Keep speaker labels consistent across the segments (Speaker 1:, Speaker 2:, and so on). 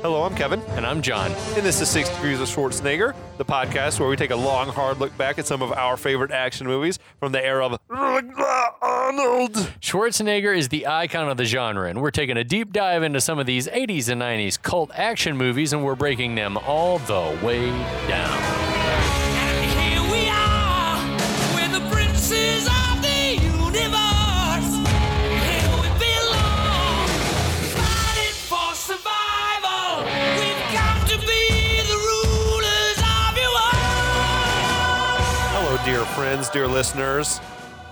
Speaker 1: Hello, I'm Kevin,
Speaker 2: And I'm John.
Speaker 1: and this is Six Degrees of Schwarzenegger, the podcast where we take a long, hard look back at some of our favorite action movies from the era of Arnold.
Speaker 2: Schwarzenegger is the icon of the genre, and we're taking a deep dive into some of these 80s and 90s cult action movies, and we're breaking them all the way down.
Speaker 3: And here we are, we're the princes of the universe. Here we belong, fighting for survival. We've got to be the rulers of your world.
Speaker 1: Hello, dear friends, dear listeners.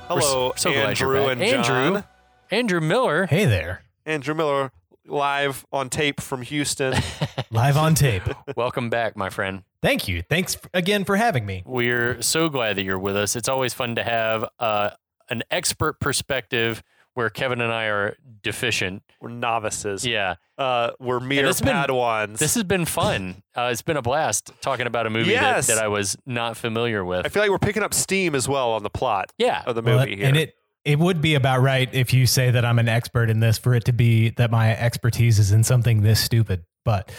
Speaker 2: We're s-
Speaker 1: Hello,
Speaker 2: so glad
Speaker 1: Andrew
Speaker 2: you're back.
Speaker 1: and
Speaker 2: Andrew,
Speaker 1: John.
Speaker 2: Andrew Miller.
Speaker 4: Hey there.
Speaker 1: Andrew Miller, live on tape from Houston.
Speaker 4: Live on tape.
Speaker 2: Welcome back, my friend.
Speaker 4: Thank you. Thanks f- again for having me.
Speaker 2: We're so glad that you're with us. It's always fun to have uh, an expert perspective where Kevin and I are deficient.
Speaker 1: we're novices.
Speaker 2: Yeah,
Speaker 1: Uh, we're mere
Speaker 2: this has been-
Speaker 1: padawans.
Speaker 2: this has been fun. Uh, it's been a blast talking about a movie
Speaker 1: Yes.
Speaker 2: that, that I was not familiar
Speaker 1: I
Speaker 2: with.
Speaker 1: feel like we're picking up steam as well on the plot
Speaker 2: Yeah,
Speaker 1: of the
Speaker 4: Well,
Speaker 1: movie here.
Speaker 4: And it it would be about right if you say that I'm an expert in this for it to be that my expertise is in something this stupid. But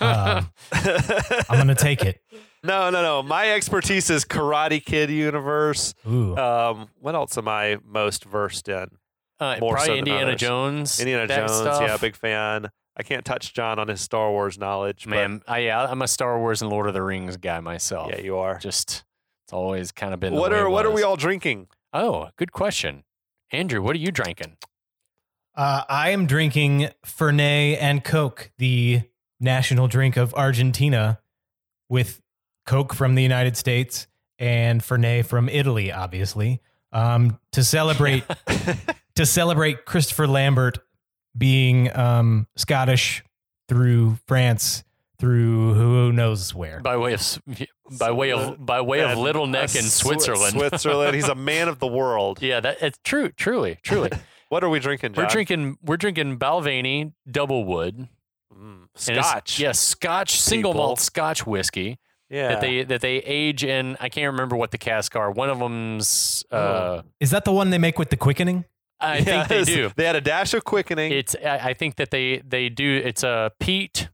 Speaker 4: um, I'm gonna take it.
Speaker 1: no, no, no. My expertise is Karate Kid universe.
Speaker 4: Ooh,
Speaker 1: Um, what else am I most versed in?
Speaker 2: Uh,
Speaker 1: more
Speaker 2: probably
Speaker 1: so than
Speaker 2: Indiana
Speaker 1: others.
Speaker 2: Jones.
Speaker 1: Indiana
Speaker 2: that
Speaker 1: Jones.
Speaker 2: stuff.
Speaker 1: Yeah, big fan. I can't touch John on his Star Wars knowledge, but-
Speaker 2: man. I, yeah, I'm a Star Wars and Lord of the Rings guy myself.
Speaker 1: yeah, you are.
Speaker 2: Just it's always kind of been. the
Speaker 1: What
Speaker 2: way
Speaker 1: are
Speaker 2: it
Speaker 1: what are we
Speaker 2: was.
Speaker 1: all drinking?
Speaker 2: Oh, good question, Andrew. What are you drinking?
Speaker 4: uh, I am drinking Fernet and Coke, the national drink of Argentina, with Coke from the United States and Fernet from Italy, obviously, um, to celebrate to celebrate Christopher Lambert being um, Scottish through France through who knows where.
Speaker 2: By way of s- by way of by way of
Speaker 1: And
Speaker 2: Little Neck
Speaker 1: a
Speaker 2: in
Speaker 1: Swi-
Speaker 2: Switzerland.
Speaker 1: Switzerland. He's a man of the world.
Speaker 2: yeah, that it's true. Truly, truly.
Speaker 1: What are we drinking, John?
Speaker 2: we're drinking we're drinking Balvenie Double Wood
Speaker 1: Mm,
Speaker 2: and it's-
Speaker 1: Scotch.
Speaker 2: Yeah, Scotch single
Speaker 1: people.
Speaker 2: malt Scotch whiskey.
Speaker 1: yeah.
Speaker 2: that they that they age in. I can't remember what the cask are. One of them's.
Speaker 1: Oh.
Speaker 2: Uh,
Speaker 4: Is that the one they make with the quickening?
Speaker 2: I think
Speaker 1: Yes,
Speaker 2: they do.
Speaker 1: They had a dash of quickening.
Speaker 2: It's. I I think that they they do. It's a peat,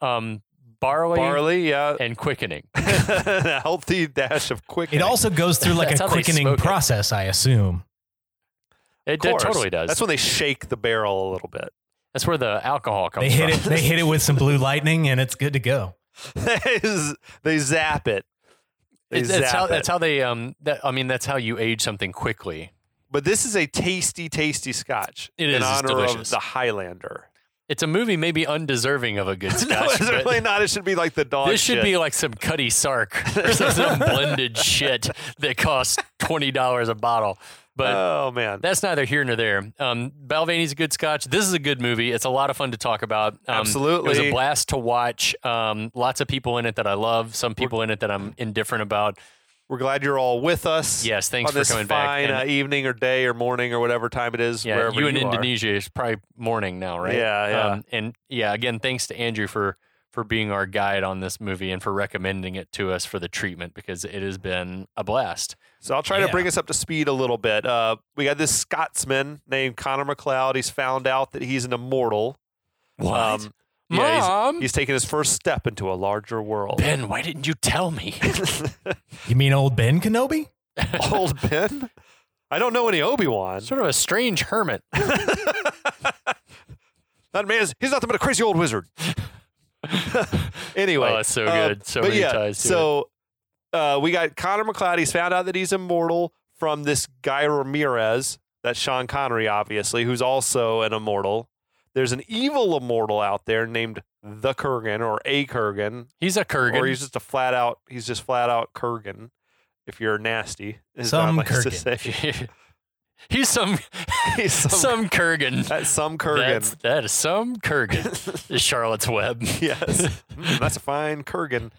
Speaker 2: um, barley,
Speaker 1: barley, yeah.
Speaker 2: and quickening.
Speaker 1: a healthy dash of quickening.
Speaker 4: It also goes through like
Speaker 2: That's
Speaker 4: a
Speaker 2: how they
Speaker 4: quickening
Speaker 2: smoke it.
Speaker 4: process, I assume.
Speaker 2: It,
Speaker 1: Of
Speaker 2: it
Speaker 1: course.
Speaker 2: totally does.
Speaker 1: That's
Speaker 2: That's,
Speaker 1: when they shake the barrel a little bit.
Speaker 2: where the alcohol comes
Speaker 4: They hit it.
Speaker 2: from.
Speaker 4: They hit it with some blue lightning, and it's good to go.
Speaker 1: They z- they zap it. They
Speaker 2: It's-
Speaker 1: zap
Speaker 2: that's how
Speaker 1: it.
Speaker 2: that's how they um. That, I mean, that's how you age something quickly.
Speaker 1: but this is a tasty, tasty scotch.
Speaker 2: It
Speaker 1: in
Speaker 2: is. It's
Speaker 1: honor of
Speaker 2: delicious.
Speaker 1: the Highlander.
Speaker 2: It's a movie maybe undeserving of a good
Speaker 1: no,
Speaker 2: scotch.
Speaker 1: it's
Speaker 2: but
Speaker 1: really not. It should be like the dog.
Speaker 2: this should be like some Cuddy Sark or some, some blended shit that costs twenty dollars a bottle. But
Speaker 1: oh man,
Speaker 2: That's neither here nor there. Um, Balvanie's a good scotch. This is a good movie. It's a lot of fun to talk about. Um, It was
Speaker 1: Absolutely.
Speaker 2: a blast to watch. Um, lots of people in it that I love, some people in it that I'm indifferent about.
Speaker 1: we're glad you're all with us.
Speaker 2: Yes, thanks
Speaker 1: on
Speaker 2: for
Speaker 1: this
Speaker 2: coming back.
Speaker 1: fine
Speaker 2: And-
Speaker 1: uh, evening or day or morning or whatever time it is.
Speaker 2: Yeah,
Speaker 1: wherever
Speaker 2: you in
Speaker 1: are.
Speaker 2: Indonesia is probably morning now, right? Um,
Speaker 1: Yeah, yeah.
Speaker 2: and yeah, again, thanks to Andrew for for being our guide on this movie and for recommending it to us for the treatment because it has been a blast.
Speaker 1: So I'll try to
Speaker 4: Yeah.
Speaker 1: bring us up to speed a little bit. Uh, we got this Scotsman named Connor McLeod. He's found out that he's an immortal. Um, yeah, he's-
Speaker 2: Mom,
Speaker 1: He's taking his first step into a larger world.
Speaker 2: Ben, why didn't you tell me?
Speaker 4: You mean old Ben Kenobi?
Speaker 1: Old Ben? I don't know any Obi Wan.
Speaker 2: sort of a strange hermit.
Speaker 1: That man's he's nothing but a crazy old wizard. anyway,
Speaker 2: Oh, that's so
Speaker 1: uh,
Speaker 2: good. So
Speaker 1: but
Speaker 2: many
Speaker 1: yeah,
Speaker 2: ties to it.
Speaker 1: so uh, we got Connor McLeod. He's found out that he's immortal from this guy Ramirez. That's Sean Connery, obviously, who's also an immortal. There's an evil immortal out there named the Kurgan or a Kurgan,
Speaker 2: He's a Kurgan.
Speaker 1: or he's just a flat out. He's just flat out Kurgan. If you're nasty, as Don
Speaker 4: Some
Speaker 1: likes to
Speaker 4: Kurgan.
Speaker 1: say.
Speaker 2: He's some
Speaker 1: He's some,
Speaker 2: some Kurgan.
Speaker 1: that's some Kurgan.
Speaker 2: That's, that is some Kurgan. It's Charlotte's Web.
Speaker 1: yes. Mm, that's a fine Kurgan.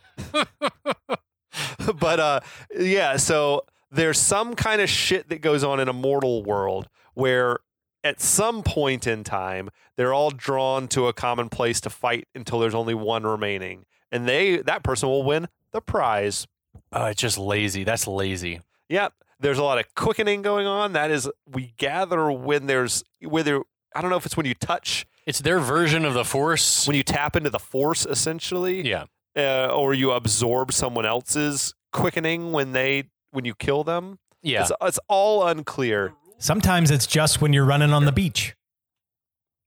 Speaker 1: but uh yeah, so there's some kind of shit that goes on in a mortal world where at some point in time they're all drawn to a common place to fight until there's only one remaining and they that person will win the prize
Speaker 2: Oh, it's just lazy. That's lazy.
Speaker 1: Yep. There's a lot of quickening going on. That is, we gather when there's whether I don't know if it's when you touch,
Speaker 2: It's their version of the Force.
Speaker 1: when you tap into the force, essentially,
Speaker 2: Yeah.
Speaker 1: uh, or you absorb someone else's quickening when they when you kill them.
Speaker 2: Yeah.
Speaker 1: It's, it's all unclear.
Speaker 4: Sometimes it's just when you're running on the beach.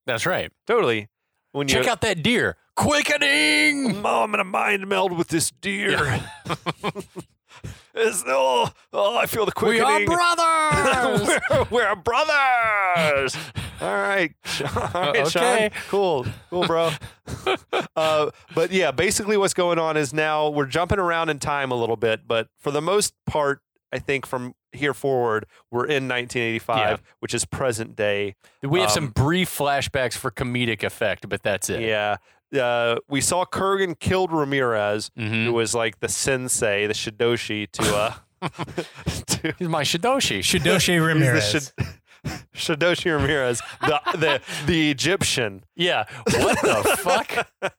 Speaker 2: That's right.
Speaker 1: Totally. When
Speaker 2: Check
Speaker 1: you
Speaker 2: out that deer. Quickening.
Speaker 1: Mom, I'm in a mind meld with this deer. It's- oh, oh, I feel the
Speaker 2: We
Speaker 1: quickening.
Speaker 2: are brothers.
Speaker 1: we're, we're brothers. All right. All right,
Speaker 2: Uh,
Speaker 1: Sean.
Speaker 2: Okay.
Speaker 1: Cool. Cool, bro. uh, but yeah, basically what's going on is now we're jumping around in time a little bit, but for the most part, I think from here forward, we're in 1985, which is present day.
Speaker 2: we have some
Speaker 1: Um,
Speaker 2: brief flashbacks for comedic effect, but that's it.
Speaker 1: Yeah. Uh, we saw Kurgan killed Ramirez,
Speaker 2: Mhm.
Speaker 1: who was like the sensei, the Shidoshi to uh to
Speaker 2: He's my Shidoshi.
Speaker 4: Doshe Ramirez.
Speaker 1: He's the Shid- Shidoshi Ramirez, the, the the Egyptian.
Speaker 2: yeah. What the fuck?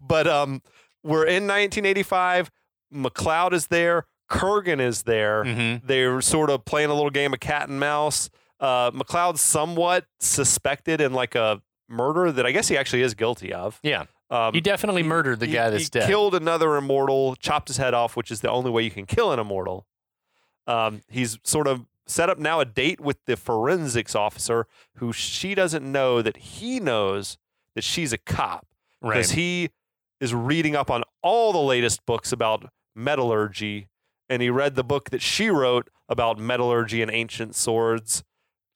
Speaker 1: But um, we're in 1985. McLeod is there. Kurgan is there.
Speaker 2: Mhm.
Speaker 1: They're sort of playing a little game of cat and mouse. Uh, McLeod's somewhat suspected in like a murder that I guess he actually is guilty of.
Speaker 2: Yeah.
Speaker 1: Um,
Speaker 2: He definitely murdered the
Speaker 1: he-
Speaker 2: guy that's
Speaker 1: he
Speaker 2: dead.
Speaker 1: Killed another immortal, chopped his head off, which is the only way you can kill an immortal. Um, he's sort of set up now a date with the forensics officer, who she doesn't know that he knows that she's a cop
Speaker 2: right.
Speaker 1: he is reading up on all the latest books about metallurgy, and he read the book that she wrote about metallurgy and ancient swords.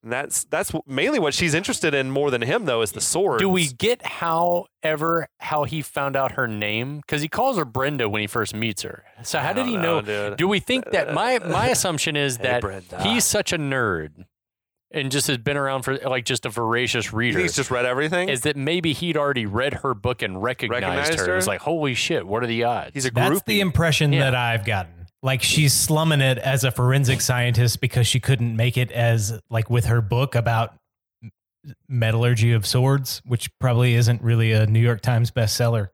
Speaker 1: And that's that's mainly what she's interested in more than him, though, is the swords.
Speaker 2: Do we get how ever how he found out her name? Because he calls her Brenda when he first meets her. So how
Speaker 1: I
Speaker 2: did he
Speaker 1: don't
Speaker 2: know?
Speaker 1: dude.
Speaker 2: Do we think that my my assumption is
Speaker 1: Hey,
Speaker 2: that
Speaker 1: Brenda.
Speaker 2: he's such a nerd and just has been around for like just a voracious
Speaker 1: You
Speaker 2: reader.
Speaker 1: think he's just read everything?
Speaker 2: is that maybe he'd already read her book and recognized,
Speaker 1: Recognized
Speaker 2: her.
Speaker 1: her?
Speaker 2: It's like, holy shit, what are the odds?
Speaker 1: he's a groupie.
Speaker 4: That's the impression
Speaker 2: Yeah.
Speaker 4: that I've gotten. Like she's slumming it as a forensic scientist because she couldn't make it as like with her book about metallurgy of swords, which probably isn't really a New York Times bestseller.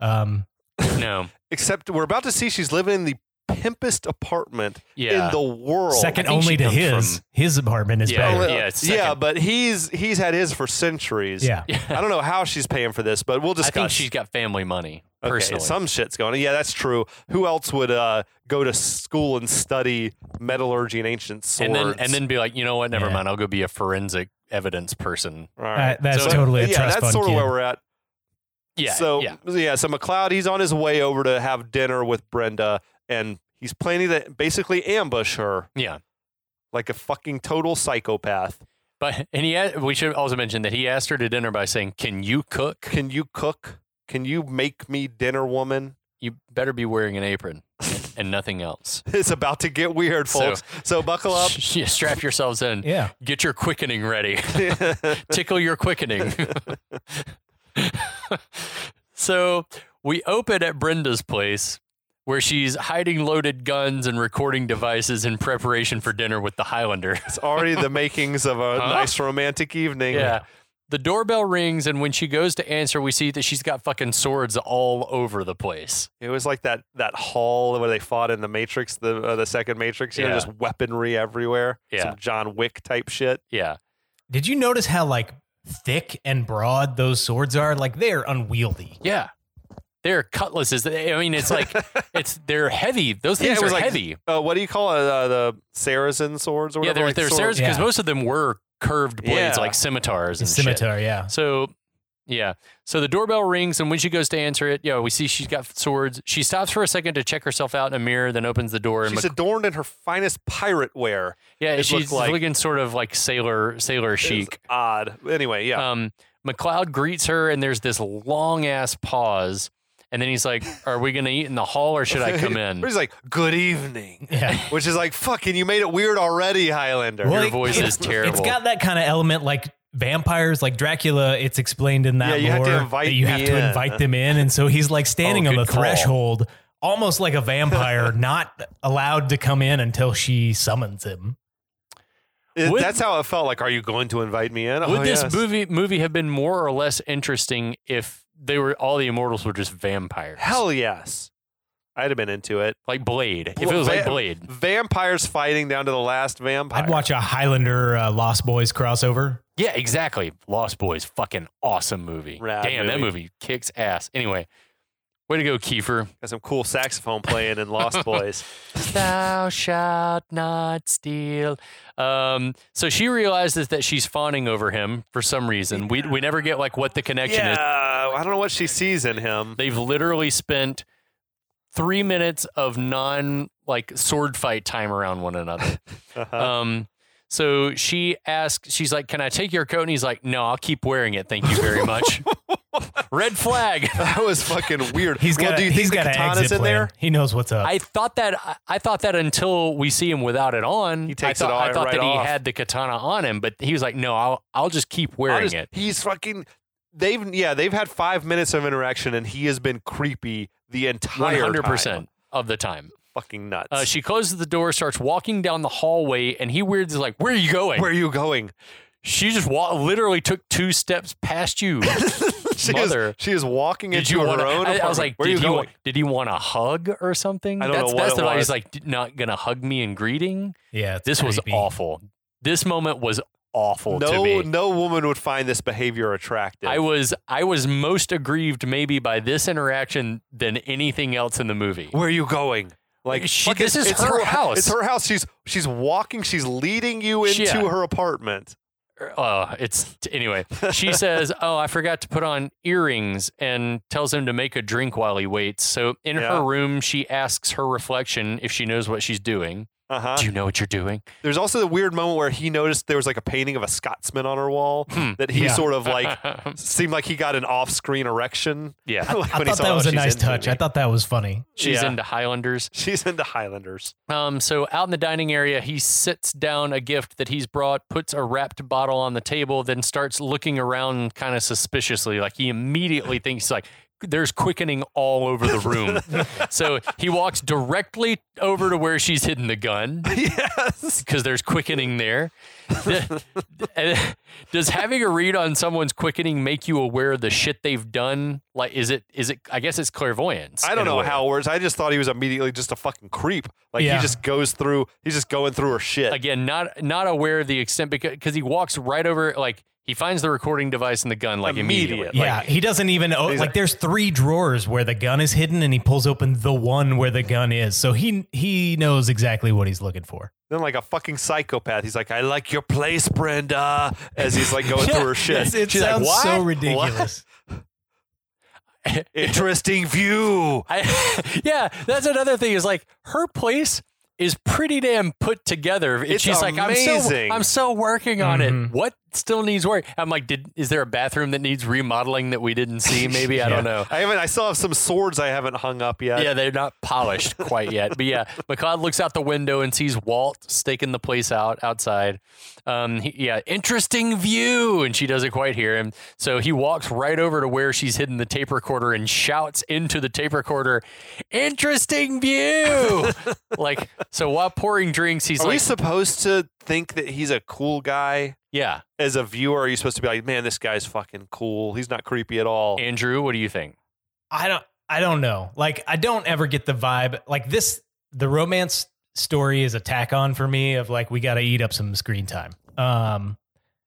Speaker 4: Um,
Speaker 2: no.
Speaker 1: Except we're about to see she's living in the pimpest apartment
Speaker 2: Yeah.
Speaker 1: in the world.
Speaker 4: second
Speaker 2: I think she
Speaker 4: only to
Speaker 2: comes
Speaker 4: his.
Speaker 2: from-
Speaker 4: his apartment is
Speaker 2: Yeah. Oh,
Speaker 4: better.
Speaker 1: Well,
Speaker 2: yeah,
Speaker 1: uh,
Speaker 2: it's
Speaker 1: yeah,
Speaker 2: second.
Speaker 1: but he's he's had his for centuries.
Speaker 4: Yeah.
Speaker 1: I don't know how she's paying for this, but we'll
Speaker 2: I
Speaker 1: discuss.
Speaker 2: think she's got family money.
Speaker 1: Okay,
Speaker 2: Personally.
Speaker 1: some shit's going on. Yeah, that's true. Who else would uh, go to school and study metallurgy and ancient swords?
Speaker 2: and then and then be like, you know what, never
Speaker 4: Yeah.
Speaker 2: mind, I'll go be a forensic evidence person.
Speaker 1: All right.
Speaker 4: Uh, that's
Speaker 2: So-
Speaker 4: totally a
Speaker 1: yeah,
Speaker 4: trust
Speaker 1: that's
Speaker 4: fund
Speaker 1: sort of
Speaker 4: kid.
Speaker 1: where we're at.
Speaker 2: Yeah.
Speaker 1: so
Speaker 2: yeah.
Speaker 1: so McLeod he's on his way over to have dinner with Brenda, and he's planning to basically ambush her
Speaker 2: Yeah.
Speaker 1: like a fucking total psychopath.
Speaker 2: But and he a- we should also mention that he asked her to dinner by saying, "Can you cook?
Speaker 1: Can you cook? Can you make me dinner, woman?
Speaker 2: You better be wearing an apron and, and nothing else."
Speaker 1: It's about to get weird,
Speaker 2: So-
Speaker 1: folks. So, buckle up.
Speaker 2: Yeah, strap yourselves in.
Speaker 4: yeah.
Speaker 2: Get your quickening ready. Tickle your quickening. so we open at Brenda's place where she's hiding loaded guns and recording devices in preparation for dinner with the Highlander.
Speaker 1: it's already the makings of a
Speaker 2: Huh?
Speaker 1: nice romantic evening.
Speaker 2: Yeah. The doorbell rings, and when she goes to answer, we see that she's got fucking swords all over the place.
Speaker 1: It was like that that hall where they fought in the Matrix, the uh, the second Matrix. You know,
Speaker 2: Yeah.
Speaker 1: just weaponry everywhere.
Speaker 2: Yeah.
Speaker 1: Some John Wick type shit.
Speaker 2: Yeah.
Speaker 4: Did you notice how like thick and broad those swords are? Like they're unwieldy.
Speaker 2: Yeah. They're cutlasses. I mean, it's like it's they're heavy. Those
Speaker 1: Yeah,
Speaker 2: things
Speaker 1: it was
Speaker 2: are
Speaker 1: like-
Speaker 2: heavy.
Speaker 1: Uh, what do you call it? Uh, the Saracen swords or
Speaker 2: Yeah,
Speaker 1: whatever.
Speaker 2: they're
Speaker 1: like
Speaker 2: they're
Speaker 1: sword-
Speaker 2: because
Speaker 4: Yeah.
Speaker 2: most of them were curved blades
Speaker 1: Yeah.
Speaker 2: like scimitars and
Speaker 4: Scimitar, yeah.
Speaker 2: Shit. So yeah, so the doorbell rings, and when she goes to answer it, yeah, we see she's got swords. She stops for a second to check herself out in a mirror, then opens the door and
Speaker 1: She's
Speaker 2: Mc-
Speaker 1: adorned in her finest pirate wear.
Speaker 2: yeah,
Speaker 1: it looked
Speaker 2: she's
Speaker 1: like-
Speaker 2: looking sort of like sailor sailor
Speaker 1: It is
Speaker 2: chic.
Speaker 1: Odd. Anyway, yeah.
Speaker 2: Um, McLeod greets her, and there's this long ass pause, and then he's like, "Are we gonna eat in the hall, or should I come in?"
Speaker 1: He's like, "Good evening,"
Speaker 4: Yeah.
Speaker 1: which is like, "Fucking, you made it weird already, Highlander."
Speaker 4: Well,
Speaker 2: Your
Speaker 4: it-
Speaker 2: voice is
Speaker 4: It's
Speaker 2: terrible.
Speaker 4: got that kind of element like vampires, like Dracula. It's explained in that
Speaker 1: Yeah, you have to
Speaker 4: lore
Speaker 1: invite
Speaker 4: that you
Speaker 1: me
Speaker 4: have to
Speaker 1: in.
Speaker 4: invite them in, and so he's like standing
Speaker 2: Oh,
Speaker 4: on the
Speaker 2: good call.
Speaker 4: threshold, almost like a vampire, not allowed to come in until she summons him.
Speaker 1: It-
Speaker 2: Would-
Speaker 1: that's how it felt. Like, are you going to invite me in?
Speaker 2: Would
Speaker 1: Oh,
Speaker 2: this
Speaker 1: yes.
Speaker 2: movie movie have been more or less interesting if they were all the immortals were just vampires?
Speaker 1: Hell yes. I'd have been into it.
Speaker 2: like Blade. If it was like
Speaker 1: Va-
Speaker 2: Blade,
Speaker 1: Vampires fighting down to the last vampire.
Speaker 4: I'd watch a Highlander uh, Lost Boys crossover.
Speaker 2: yeah, exactly. Lost Boys, fucking awesome movie.
Speaker 1: Rad
Speaker 2: Damn, that
Speaker 1: movie.
Speaker 2: movie kicks ass. Anyway, way to go, Kiefer.
Speaker 1: Got some cool saxophone playing in Lost Boys.
Speaker 2: Thou shalt not steal. Um, so she realizes that she's fawning over him for some reason. We we never get like what the connection
Speaker 1: yeah,
Speaker 2: is.
Speaker 1: I don't know what she sees in him.
Speaker 2: They've literally spent three minutes of non like sword fight time around one another.
Speaker 1: Uh-huh.
Speaker 2: um, so she asks, she's like, "Can I take your coat?" And he's like, "No, I'll keep wearing it. Thank you very much." Red flag.
Speaker 1: That was fucking weird.
Speaker 4: He's got.
Speaker 1: well,
Speaker 4: a,
Speaker 1: do you
Speaker 4: he's
Speaker 1: think
Speaker 4: got
Speaker 1: the
Speaker 4: an
Speaker 1: katana's
Speaker 4: exit
Speaker 1: in
Speaker 4: plan.
Speaker 1: there?
Speaker 4: He knows what's up.
Speaker 2: I thought that I- I thought that until we see him without it on.
Speaker 1: He takes
Speaker 2: I
Speaker 1: it
Speaker 2: thought,
Speaker 1: all
Speaker 2: I thought
Speaker 1: right
Speaker 2: that
Speaker 1: off.
Speaker 2: he had the katana on him, but he was like, "No, I'll I'll just keep wearing
Speaker 1: Honest-
Speaker 2: it."
Speaker 1: He's fucking. They've yeah, they've had five minutes of interaction, and he has been creepy the entire
Speaker 2: One
Speaker 1: time.
Speaker 2: hundred percent of the time.
Speaker 1: Fucking nuts.
Speaker 2: Uh, she closes the door, starts walking down the hallway, and he weirds is like, "Where are you going?"
Speaker 1: Where are you going?
Speaker 2: She just wa- literally took two steps past you.
Speaker 1: She
Speaker 2: Mother.
Speaker 1: is, she is walking
Speaker 2: did
Speaker 1: into
Speaker 2: you
Speaker 1: her
Speaker 2: want?
Speaker 1: own.
Speaker 2: I, I
Speaker 1: apartment.
Speaker 2: was like,
Speaker 1: Where are
Speaker 2: did
Speaker 1: you
Speaker 2: he, wa-
Speaker 1: going?
Speaker 2: did he want a hug or something?
Speaker 1: I don't know
Speaker 2: that's
Speaker 1: what
Speaker 2: that's
Speaker 1: it
Speaker 2: the thought.
Speaker 1: was.
Speaker 2: He's like, "D- not gonna hug me in greeting.
Speaker 4: yeah, it's
Speaker 2: This was
Speaker 4: creepy.
Speaker 2: awful. This moment was awful to
Speaker 1: no,
Speaker 2: me.
Speaker 1: no woman would find this behavior attractive.
Speaker 2: I was I was most aggrieved maybe by this interaction than anything else in the movie.
Speaker 1: Where are you going? Like
Speaker 2: She-
Speaker 1: fucking-
Speaker 2: this is her house.
Speaker 1: It's her house. She's she's walking. She's leading you into
Speaker 2: Yeah.
Speaker 1: her apartment.
Speaker 2: Uh, it's anyway. She says, "Oh, I forgot to put on earrings," and tells him to make a drink while he waits. So in
Speaker 1: Yeah.
Speaker 2: her room, she asks her reflection if she knows what she's doing.
Speaker 1: Uh huh.
Speaker 2: Do you know what you're doing?
Speaker 1: There's also the weird moment where he noticed there was like a painting of a Scotsman on her wall
Speaker 2: Hmm.
Speaker 1: that he
Speaker 4: Yeah.
Speaker 1: sort of like seemed like he got an off-screen erection.
Speaker 2: yeah,
Speaker 1: Like,
Speaker 4: I
Speaker 1: when he
Speaker 4: thought
Speaker 1: saw,
Speaker 4: that
Speaker 1: "Oh,
Speaker 4: was a
Speaker 1: she's
Speaker 4: nice
Speaker 1: into
Speaker 4: touch.
Speaker 1: me."
Speaker 4: I thought that was funny.
Speaker 2: she's
Speaker 1: Yeah.
Speaker 2: into Highlanders.
Speaker 1: she's into Highlanders.
Speaker 2: Um, so out in the dining area, he sits down a gift that he's brought, puts a wrapped bottle on the table, then starts looking around kind of suspiciously. Like he immediately thinks like there's quickening all over the room. so he walks directly over to where she's hidden the gun
Speaker 1: yes.
Speaker 2: because there's quickening there. The- and- Does having a read on someone's quickening make you aware of the shit they've done? Like, is it, is it, I guess it's clairvoyance.
Speaker 1: I don't
Speaker 2: in a
Speaker 1: know
Speaker 2: way.
Speaker 1: how it works. I just thought he was immediately just a fucking creep. Like
Speaker 4: Yeah.
Speaker 1: he just goes through. He's just going through her shit.
Speaker 2: again not not aware of the extent because because he walks right over like he finds the recording device and the gun like immediately,
Speaker 1: Immediate.
Speaker 4: Yeah, he doesn't even oh, like,
Speaker 1: He's like-
Speaker 4: there's three drawers where the gun is hidden, and he pulls open the one where the gun is. So he he knows exactly what he's looking for.
Speaker 1: Then like a fucking psychopath, he's like, "I like your place, Brenda," as he's like going through her shit.
Speaker 4: it
Speaker 1: She's
Speaker 4: sounds
Speaker 1: like, what?
Speaker 4: so
Speaker 1: What?
Speaker 4: ridiculous.
Speaker 1: Interesting view.
Speaker 2: I, yeah that's another thing is like her place is pretty damn put together And
Speaker 1: It's
Speaker 2: she's like i'm
Speaker 1: amazing. Mm-hmm.
Speaker 2: so i'm so working on
Speaker 4: Mhm.
Speaker 2: it what still needs work i'm like did is there a bathroom that needs remodeling that we didn't see maybe i don't know
Speaker 1: I haven't. I still have some swords I haven't hung up yet.
Speaker 2: yeah, they're not polished quite yet. But yeah, McCloud looks out the window and sees Walt staking the place out outside. Um, he- yeah, interesting view. And she doesn't quite hear him. So he walks right over to where she's hidden the tape recorder and shouts into the tape recorder, interesting view. like, so while pouring drinks, he's
Speaker 1: Are we
Speaker 2: like,
Speaker 1: supposed to think that he's a cool guy
Speaker 2: yeah,
Speaker 1: as a viewer? Are you supposed to be like, "Man, this guy's fucking cool. He's not creepy at all."
Speaker 2: Andrew, what do you think?
Speaker 4: I don't I don't know. Like I don't ever get the vibe like this the romance story is a tack on for me of like we got to eat up some screen time. Um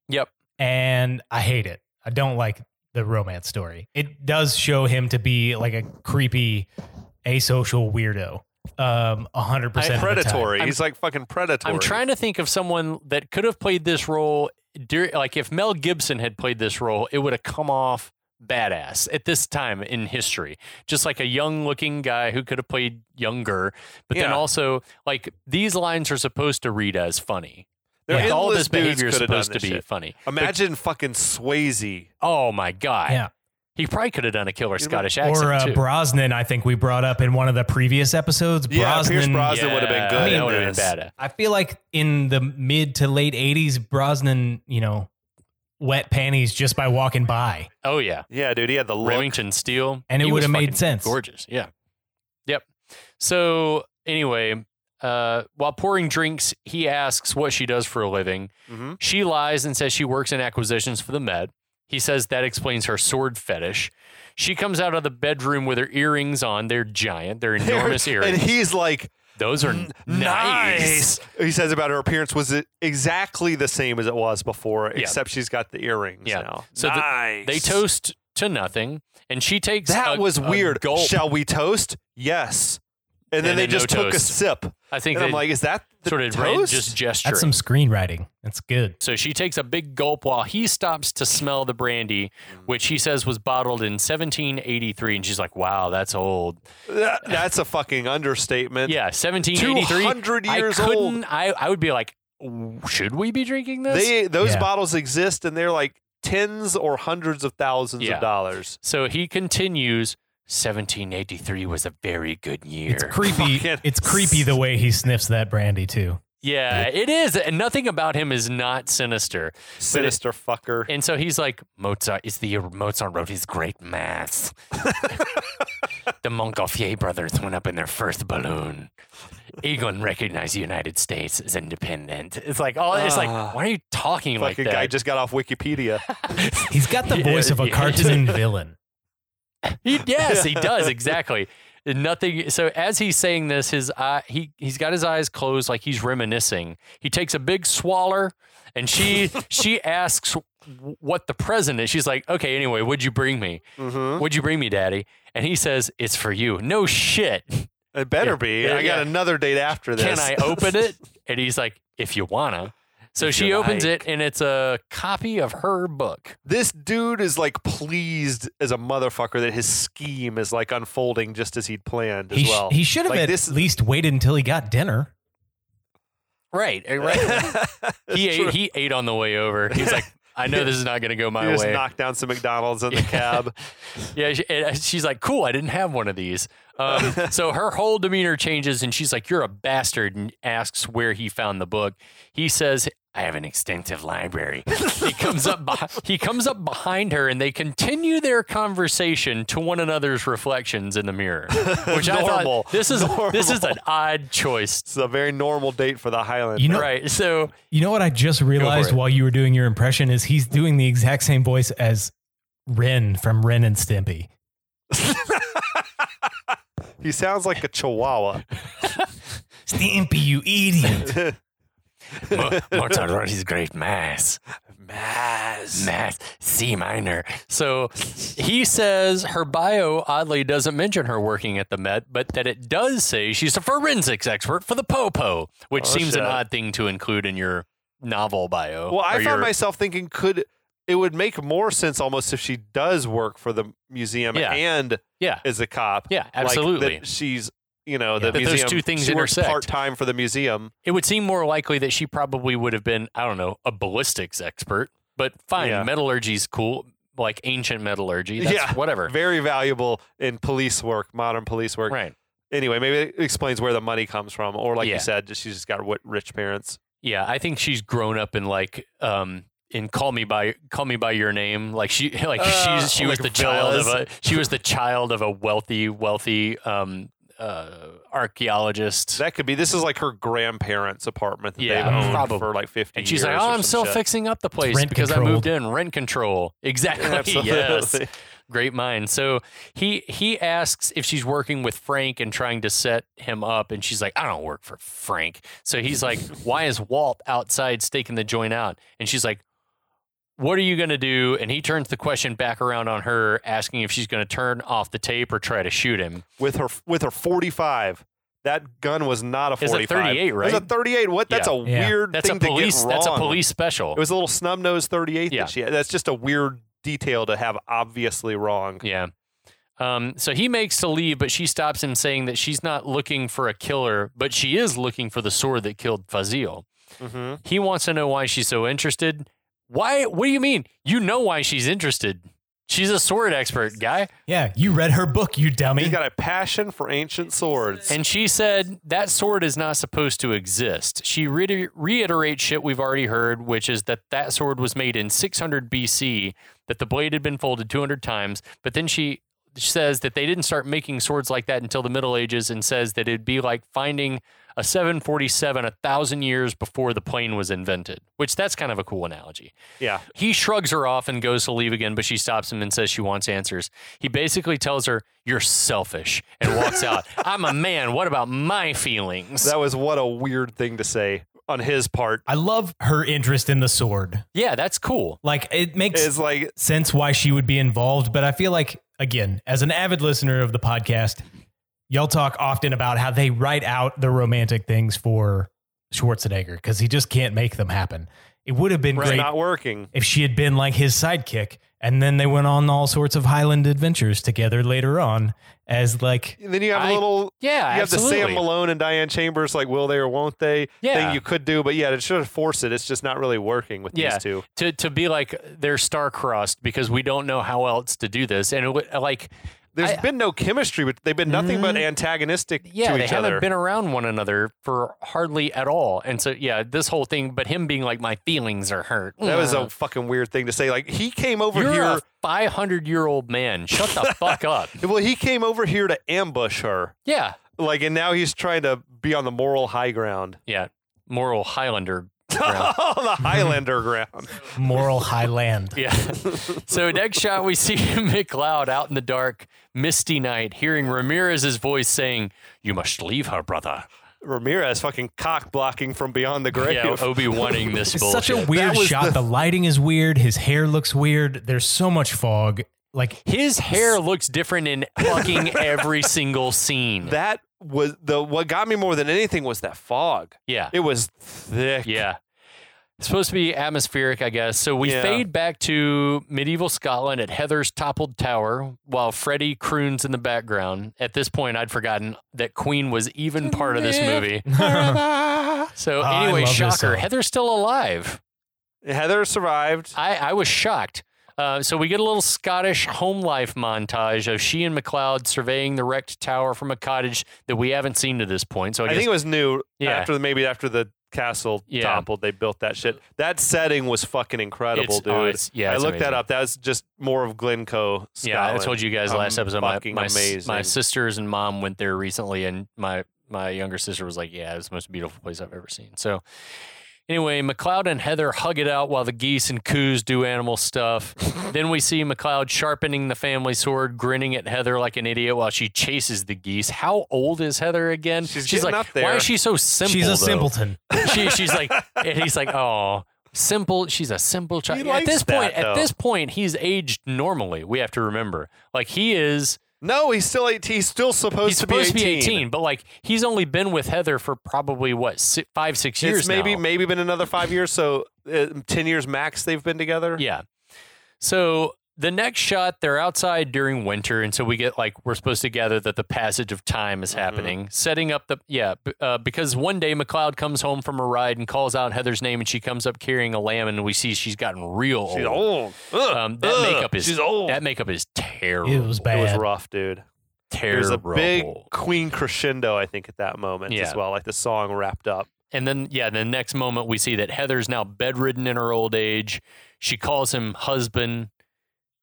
Speaker 2: Yep.
Speaker 4: and I hate it. I don't like the romance story. It does show him to be like a creepy asocial weirdo. Um 100% of the time.
Speaker 1: predatory.
Speaker 2: I'm-
Speaker 1: he's like fucking predatory.
Speaker 2: I'm trying to think of someone that could have played this role. Dur- like if Mel Gibson had played this role, it would have come off badass at this time in history. Just like a young-looking guy who could have played younger, but then
Speaker 1: Yeah.
Speaker 2: also like these lines are supposed to read as funny.
Speaker 1: They're
Speaker 2: Like, all
Speaker 1: endless
Speaker 2: this behavior is
Speaker 1: dudes could've done
Speaker 2: supposed to
Speaker 1: this
Speaker 2: be
Speaker 1: shit.
Speaker 2: funny.
Speaker 1: Imagine fucking Swayze.
Speaker 2: Oh my god!
Speaker 4: Yeah.
Speaker 2: he probably could have done a killer Scottish accent
Speaker 4: Or uh,
Speaker 2: too.
Speaker 4: Brosnan, I think we brought up in one of the previous episodes.
Speaker 1: Yeah, Pierce
Speaker 4: Brosnan
Speaker 1: Brosnan would have been good.
Speaker 2: That
Speaker 1: in
Speaker 2: would have
Speaker 1: this.
Speaker 2: been badass.
Speaker 4: I feel like in the mid to late eighties, Brosnan, you know, wet panties just by walking by,
Speaker 2: Oh yeah,
Speaker 1: Yeah, dude, he had the look.
Speaker 2: Remington Steel,
Speaker 4: and it
Speaker 2: He
Speaker 4: would
Speaker 2: was
Speaker 4: have made
Speaker 2: fucking
Speaker 4: sense.
Speaker 2: Gorgeous, yeah. Yep. So anyway, uh, while pouring drinks, he asks what she does for a living.
Speaker 1: Mhm.
Speaker 2: She lies and says she works in acquisitions for the Met. He says that explains her sword fetish. She comes out of the bedroom with her earrings on. They're giant. They're enormous
Speaker 1: And
Speaker 2: earrings.
Speaker 1: he's like,
Speaker 2: Those are nice.
Speaker 1: nice. He says about her appearance was it exactly the same as it was before,
Speaker 2: Yeah.
Speaker 1: except she's got the earrings
Speaker 2: Yeah.
Speaker 1: now.
Speaker 2: So the-
Speaker 1: nice.
Speaker 2: They toast to nothing, and she takes
Speaker 1: That
Speaker 2: a-
Speaker 1: was
Speaker 2: a
Speaker 1: weird.
Speaker 2: gulp.
Speaker 1: Shall we toast? Yes. And then
Speaker 2: And
Speaker 1: they
Speaker 2: then
Speaker 1: just
Speaker 2: no
Speaker 1: took a
Speaker 2: toast.
Speaker 1: sip.
Speaker 2: I think
Speaker 1: And
Speaker 2: they
Speaker 1: I'm like, is that the
Speaker 2: sort of ran-
Speaker 1: toast?
Speaker 2: just gesturing.
Speaker 4: That's some screenwriting. That's good.
Speaker 2: So she takes a big gulp while he stops to smell the brandy,
Speaker 1: Mm.
Speaker 2: which he says was bottled in 1783. And she's like, wow, that's old.
Speaker 1: That- that's a fucking understatement.
Speaker 2: Yeah, 1783.
Speaker 1: 200 years
Speaker 2: I
Speaker 1: old.
Speaker 2: couldn't- I, I would be like, "W- should we be drinking this?
Speaker 1: They those
Speaker 4: Yeah.
Speaker 1: bottles exist and they're like tens or hundreds of thousands
Speaker 2: Yeah.
Speaker 1: of dollars.
Speaker 2: so he continues, 1783 was a very good year.
Speaker 4: It's creepy.
Speaker 1: Fucking-
Speaker 4: It's creepy the way he sniffs that brandy too.
Speaker 2: yeah, it is. And nothing about him is not sinister.
Speaker 1: Sinister fucker.
Speaker 2: And so he's like, Mozart is the Mozart wrote his great mass. the Montgolfier brothers went up in their first balloon. England recognized the United States as independent. It's like, oh, it's like,
Speaker 1: Ah.
Speaker 2: why are you talking like
Speaker 1: fucking
Speaker 2: that?
Speaker 1: guy just got off Wikipedia.
Speaker 4: He's got the
Speaker 2: Yeah,
Speaker 4: voice of a
Speaker 2: yeah.
Speaker 4: cartoon villain.
Speaker 2: He, yes, he does exactly. Nothing. So as he's saying this, his eye, he he's got his eyes closed, like he's reminiscing. He takes a big swaller, and she she asks what the present is. She's like, okay, anyway, what'd you bring me?
Speaker 1: Mhm.
Speaker 2: What'd you bring me, Daddy? And he says, it's for you. No shit.
Speaker 1: It better
Speaker 2: Yeah.
Speaker 1: be.
Speaker 2: Yeah,
Speaker 1: I got
Speaker 2: yeah.
Speaker 1: another date after this.
Speaker 2: Can I open it? And he's like, if you wanna. So
Speaker 1: If
Speaker 2: she
Speaker 1: you
Speaker 2: opens
Speaker 1: like.
Speaker 2: it, and it's a copy of her book.
Speaker 1: this dude is like pleased as a motherfucker that his scheme is like unfolding just as he'd planned as
Speaker 4: He, sh-
Speaker 1: well.
Speaker 4: he should have
Speaker 1: Like,
Speaker 4: at
Speaker 1: this-
Speaker 4: least waited until he got dinner.
Speaker 2: Right. Right. he
Speaker 1: It's true.
Speaker 2: ate, he ate on the way over. He's like, I know this is not gonna go
Speaker 1: He
Speaker 2: my
Speaker 1: just
Speaker 2: way.
Speaker 1: knocked down some McDonald's in the
Speaker 2: Yeah.
Speaker 1: cab.
Speaker 2: Yeah, she, and uh, she's like, cool, I didn't have one of these. Um, so her whole demeanor changes, and she's like, you're a bastard, and asks where he found the book. He says, I have an extensive library. he comes up. Be- he comes up behind her, and they continue their conversation to one another's reflections in the mirror. Which I
Speaker 1: Normal.
Speaker 2: thought this is this is an odd choice,
Speaker 1: It's a very normal date for the Highlander.
Speaker 4: You know,
Speaker 2: right? So
Speaker 4: you know what I just realized
Speaker 2: it.
Speaker 4: while you were doing your impression is he's doing the exact same voice as Ren from Ren and Stimpy.
Speaker 1: he sounds like a chihuahua.
Speaker 4: Stimpy, you idiot!
Speaker 2: Mo- Mozart wrote his great mass. Mass. Mass. C minor. So he says her bio oddly doesn't mention her working at the Met, but that it does say she's a forensics expert for the Popo, which
Speaker 1: Oh,
Speaker 2: seems an
Speaker 1: shit.
Speaker 2: odd thing to include in your novel bio.
Speaker 1: Well,
Speaker 2: or
Speaker 1: I
Speaker 2: your-
Speaker 1: found myself thinking could it would make more sense almost if she does work for the museum
Speaker 2: Yeah.
Speaker 1: and
Speaker 2: Yeah.
Speaker 1: is a cop.
Speaker 2: Yeah,
Speaker 1: Like, that
Speaker 2: absolutely.
Speaker 1: she's you know
Speaker 2: Yeah.
Speaker 1: the
Speaker 2: That those
Speaker 1: museum.
Speaker 2: two things
Speaker 1: she works
Speaker 2: intersect.
Speaker 1: part time for the museum.
Speaker 2: it would seem more likely that she probably would have been, I don't know, a ballistics expert, but fine,
Speaker 1: Yeah.
Speaker 2: metallurgy's cool, like ancient metallurgy. That's
Speaker 1: Yeah.
Speaker 2: whatever.
Speaker 1: Very valuable in police work, modern police work.
Speaker 2: Right.
Speaker 1: Anyway, maybe it explains where the money comes from, or like
Speaker 2: Yeah.
Speaker 1: you said, just, she's just got wi- rich parents.
Speaker 2: Yeah, I think she's grown up in like um in Call Me by Call Me by Your Name. Like she like
Speaker 1: Uh,
Speaker 2: she's she was
Speaker 1: like
Speaker 2: the child of a
Speaker 1: villas.
Speaker 2: she was the child of a wealthy wealthy um uh archaeologist.
Speaker 1: That could be. This is like her grandparents' apartment that
Speaker 2: Yeah,
Speaker 1: they've owned
Speaker 2: probably.
Speaker 1: for like fifty.
Speaker 2: and she's
Speaker 1: years
Speaker 2: like,
Speaker 1: or
Speaker 2: "Oh, I'm
Speaker 1: some
Speaker 2: still
Speaker 1: shit."
Speaker 2: fixing up the place
Speaker 4: rent
Speaker 2: because I moved in. Rent control, exactly.
Speaker 1: Absolutely.
Speaker 2: yes, great mind. So he he asks if she's working with Frank and trying to set him up, and she's like, I don't work for Frank. So he's like, Why is Walt outside staking the joint out? And she's like, What are you gonna do? And he turns the question back around on her, asking if she's gonna turn off the tape or try to shoot him.
Speaker 1: with her with her 45. That gun was not a
Speaker 2: a
Speaker 1: 45.
Speaker 2: 38,
Speaker 1: It was
Speaker 2: right?
Speaker 1: a 38. What? That's
Speaker 2: Yeah.
Speaker 1: a
Speaker 4: Yeah.
Speaker 1: weird
Speaker 2: That's
Speaker 1: thing
Speaker 2: a police.
Speaker 1: to get wrong.
Speaker 2: That's a police special.
Speaker 1: It was a little snub nosed 38
Speaker 2: Yeah.
Speaker 1: that she had. That's just a weird detail to have obviously wrong.
Speaker 2: Yeah. Um, so he makes to leave, but she stops him, saying that she's not looking for a killer, but she is looking for the sword that killed Fazil.
Speaker 1: Mhm.
Speaker 2: He wants to know why she's so interested. Why? What do you mean? You know why she's interested? She's a sword expert, guy.
Speaker 4: Yeah, you read her book, you dummy.
Speaker 1: He's got a passion for ancient swords.
Speaker 2: And she said that sword is not supposed to exist. She re- reiterates shit we've already heard, which is that that sword was made in 600 BC, that the blade had been folded 200 times, but then she says that they didn't start making swords like that until the Middle Ages and says that it'd be like finding a 747 a thousand years before the plane was invented, which that's kind of a cool analogy.
Speaker 1: Yeah.
Speaker 2: He shrugs her off and goes to leave again, but she stops him and says she wants answers. He basically tells her, You're selfish, and walks out. I'm a man. What about my feelings?
Speaker 1: That was what a weird thing to say on his part.
Speaker 4: I love her interest in the sword.
Speaker 2: yeah, that's cool.
Speaker 4: Like it makes
Speaker 1: Is like
Speaker 4: sense why she would be involved, but I feel like again, as an avid listener of the podcast, y'all talk often about how they write out the romantic things for Schwarzenegger because he just can't make them happen. It would have been
Speaker 1: it's
Speaker 4: great
Speaker 1: not working.
Speaker 4: if she had been like his sidekick, and then they went on all sorts of Highland adventures together later on as like
Speaker 1: And then you have a
Speaker 2: I-
Speaker 1: little
Speaker 2: Yeah,
Speaker 1: you have
Speaker 2: absolutely.
Speaker 1: the Sam Malone and Diane Chambers like will they or won't they
Speaker 2: Yeah.
Speaker 1: thing you could do, but yeah, it should force it. It's just not really working with
Speaker 2: Yeah.
Speaker 1: these two.
Speaker 2: to to be like they're star-crossed because we don't know how else to do this, and it, would- uh, like
Speaker 1: There's
Speaker 2: I- Mm-hmm.
Speaker 1: been no chemistry, but they've been nothing but antagonistic
Speaker 2: yeah,
Speaker 1: to
Speaker 2: they
Speaker 1: each
Speaker 2: haven't
Speaker 1: other.
Speaker 2: been around one another for hardly at all, and so yeah, this whole thing. But him being like, my feelings are hurt. Mm.
Speaker 1: that was a fucking weird thing to say. Like he came over
Speaker 2: You're
Speaker 1: here.
Speaker 2: a 500 year old man. Shut the fuck up.
Speaker 1: well, he came over here to ambush her.
Speaker 2: Yeah.
Speaker 1: Like, and now he's trying to be on the moral high ground.
Speaker 2: Yeah. Moral Highlander. ground.
Speaker 1: Oh, the Highlander ground.
Speaker 4: moral high land.
Speaker 2: Yeah. so next shot, we see McLeod out in the dark, misty night, hearing Ramirez's voice saying, "You must leave her, brother."
Speaker 1: Ramirez fucking cock blocking from beyond the grave.
Speaker 2: Yeah, Obi wanting this
Speaker 4: It's
Speaker 2: bullshit.
Speaker 4: such a weird
Speaker 1: That was
Speaker 4: shot.
Speaker 1: the-
Speaker 4: The, lighting is weird. His hair looks weird. There's so much fog. Like
Speaker 2: His hair looks different in fucking every single scene.
Speaker 1: that was the what got me more than anything was that fog.
Speaker 2: yeah.
Speaker 1: It was thick.
Speaker 2: Yeah. It's supposed to be atmospheric, I guess. So we
Speaker 1: Yeah.
Speaker 2: fade back to medieval Scotland at Heather's toppled tower while Freddie croons in the background. At this point, I'd forgotten that Queen was even part of this movie. So,
Speaker 4: I
Speaker 2: anyway,
Speaker 4: love this
Speaker 2: shocker.
Speaker 4: song.
Speaker 2: Heather's still alive.
Speaker 1: Heather survived.
Speaker 2: I, I was shocked. Uh, so we get a little Scottish home life montage of she and McLeod surveying the wrecked tower from a cottage that we haven't seen to this point. So I,
Speaker 1: I
Speaker 2: guess,
Speaker 1: think it was new
Speaker 2: Yeah.
Speaker 1: after maybe after the castle
Speaker 2: Yeah.
Speaker 1: toppled, they built that shit. That setting was fucking incredible,
Speaker 2: It's-
Speaker 1: dude.
Speaker 2: oh, it's- yeah,
Speaker 1: I
Speaker 2: it's
Speaker 1: looked that
Speaker 2: amazing.
Speaker 1: up. That was just more of Glencoe. Scotland.
Speaker 2: Yeah, I told you guys last
Speaker 1: Um,
Speaker 2: episode. My,
Speaker 1: fucking
Speaker 2: my, s-
Speaker 1: amazing.
Speaker 2: my sisters and mom went there recently, and my my younger sister was like, "Yeah, it's the most beautiful place I've ever seen." So, anyway, McLeod and Heather hug it out while the geese and coos do animal stuff. then we see McLeod sharpening the family sword, grinning at Heather like an idiot while she chases the geese. How old is Heather again?
Speaker 1: She's
Speaker 2: like,
Speaker 1: getting up there.
Speaker 2: why is she so simple?
Speaker 4: she's a
Speaker 2: though?
Speaker 4: simpleton.
Speaker 2: she, she's like, and he's like, oh, simple. She's a simple
Speaker 1: He
Speaker 2: child. At
Speaker 1: likes
Speaker 2: this point,
Speaker 1: that,
Speaker 2: at
Speaker 1: though.
Speaker 2: this point, he's aged normally. We have to remember, like he is.
Speaker 1: No, he's still 18. He's still supposed,
Speaker 2: He's supposed
Speaker 1: to be 18.
Speaker 2: but like he's only been with Heather for probably what si five, six years.
Speaker 1: It's maybe
Speaker 2: now.
Speaker 1: maybe been another five years, so uh, ten years max. They've been together.
Speaker 2: Yeah. So the next shot, they're outside during winter, and so we get like we're supposed to gather that the passage of time
Speaker 1: Mm-hmm.
Speaker 2: is happening, setting up the yeah. b- Uh, because one day McLeod comes home from a ride and calls out Heather's name, and she comes up carrying a lamb, and we see she's gotten real
Speaker 1: She's old. Ugh.
Speaker 2: Um, that
Speaker 1: Ugh.
Speaker 2: makeup is
Speaker 1: She's old.
Speaker 2: That makeup is terrible.
Speaker 4: It was
Speaker 1: it was
Speaker 4: bad.
Speaker 1: rough, dude. There's a
Speaker 2: Terrible.
Speaker 1: big Queen crescendo, I think, at that moment
Speaker 2: Yeah.
Speaker 1: as well. Like the song wrapped up.
Speaker 2: And then, yeah, the next moment we see that Heather's now bedridden in her old age. She calls him husband,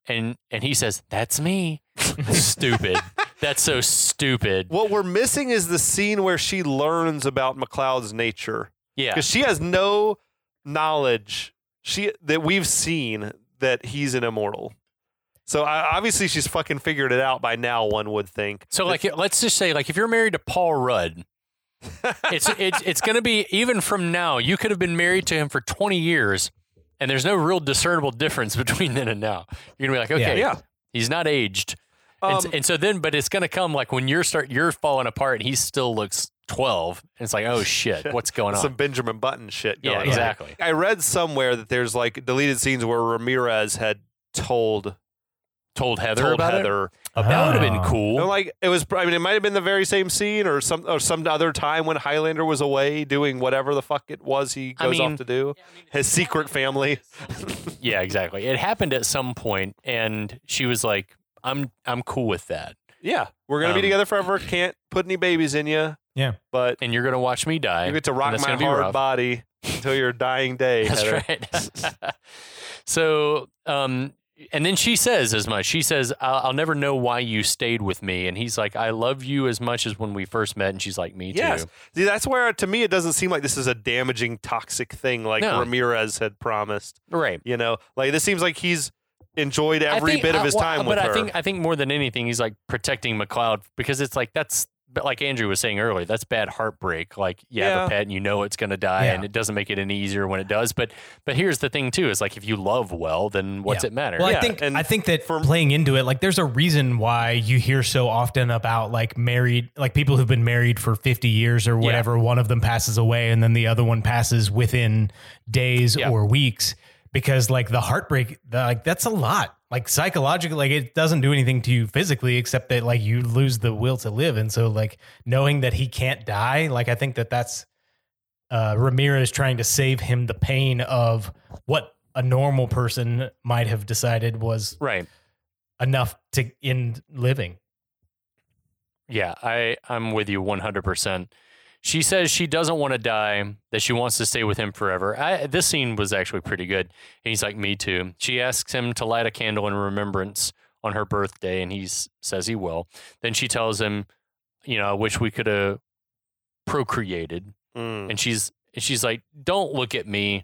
Speaker 2: and and he says, "That's me." stupid. That's so stupid.
Speaker 1: What we're missing is the scene where she learns about McLeod's nature
Speaker 2: Yeah,
Speaker 1: because she has no knowledge she that we've seen that he's an immortal. So I, obviously she's fucking figured it out by now. One would think.
Speaker 2: So like, let's just say, like, if you're married to Paul Rudd, it's it's it's going to be even from now. You could have been married to him for 20 years, and there's no real discernible difference between then and now. You're gonna be like, okay,
Speaker 1: Yeah.
Speaker 2: he's not aged, and, s-
Speaker 1: Um,
Speaker 2: and so then, but it's gonna come like when you're start you're falling apart, and he still looks 12, and it's like, oh shit, what's going on?
Speaker 1: some Benjamin Button shit. Going
Speaker 2: yeah,
Speaker 1: on.
Speaker 2: exactly.
Speaker 1: I read somewhere that there's like deleted scenes where Ramirez had told
Speaker 2: Told Heather
Speaker 1: told
Speaker 2: about
Speaker 1: Heather
Speaker 2: it. Oh, That would have been
Speaker 4: Ah.
Speaker 1: And,
Speaker 2: cool.
Speaker 1: like it was, I mean, it might have been the very same scene or some or some other time when Highlander was away doing whatever the fuck it was he
Speaker 2: I
Speaker 1: goes
Speaker 2: mean-
Speaker 1: off to do. His secret family.
Speaker 2: Yeah, exactly. It happened at some point, and she was like, I'm I'm cool with that,
Speaker 1: Yeah, we're gonna be
Speaker 2: Um,
Speaker 1: together forever. Can't put any babies in you.
Speaker 4: Yeah.
Speaker 1: but
Speaker 2: and you're gonna watch me die.
Speaker 1: you get to rock
Speaker 2: and that's
Speaker 1: my
Speaker 2: gonna be
Speaker 1: hard
Speaker 2: rough.
Speaker 1: body until your dying day.
Speaker 2: That's
Speaker 1: Heather.
Speaker 2: right. so, um, and then she says as much. She says, I'll, "I'll never know why you stayed with me." And he's like, "I love you as much as when we first met." And she's like, "Me
Speaker 1: Yes.
Speaker 2: too."
Speaker 1: See, that's where, to me, it doesn't seem like this is a damaging, toxic thing like
Speaker 2: No.
Speaker 1: Ramirez had promised.
Speaker 2: Right.
Speaker 1: You know, like this seems like he's enjoyed
Speaker 2: I
Speaker 1: every
Speaker 2: think-
Speaker 1: bit
Speaker 2: uh,
Speaker 1: of his
Speaker 2: well,
Speaker 1: time
Speaker 2: but
Speaker 1: with
Speaker 2: I
Speaker 1: her.
Speaker 2: think I think more than anything, he's like protecting McLeod because it's like that's but like Andrew was saying earlier, that's bad heartbreak. Like you have
Speaker 1: Yeah.
Speaker 2: a pet and you know it's gonna die,
Speaker 4: Yeah.
Speaker 2: and it doesn't make it any easier when it does. But but here's the thing too: is like if you love well, then what's
Speaker 4: Yeah.
Speaker 2: it matter?
Speaker 4: Well,
Speaker 1: Yeah,
Speaker 4: I think
Speaker 1: and
Speaker 4: I think that
Speaker 1: for-
Speaker 4: playing into it, like there's a reason why you hear so often about like married, like people who've been married for 50 years or whatever. One of them passes away, and then the other one passes within days
Speaker 2: Yeah.
Speaker 4: or weeks because like the heartbreak, the, like that's a lot. Like psychologically, like it doesn't do anything to you physically, except that like you lose the will to live, and so like knowing that he can't die, like I think that that's uh, Ramirez trying to save him the pain of what a normal person might have decided was
Speaker 2: right.
Speaker 4: enough to end living.
Speaker 2: Yeah, I I'm with you 100%. She says she doesn't want to die, that she wants to stay with him forever. I, this scene was actually pretty good. And he's like, "Me too." She asks him to light a candle in remembrance on her birthday, and he s- says he will. Then she tells him, "You know, I wish we could have procreated."
Speaker 1: Mm.
Speaker 2: And she's and she's like, "Don't look at me,"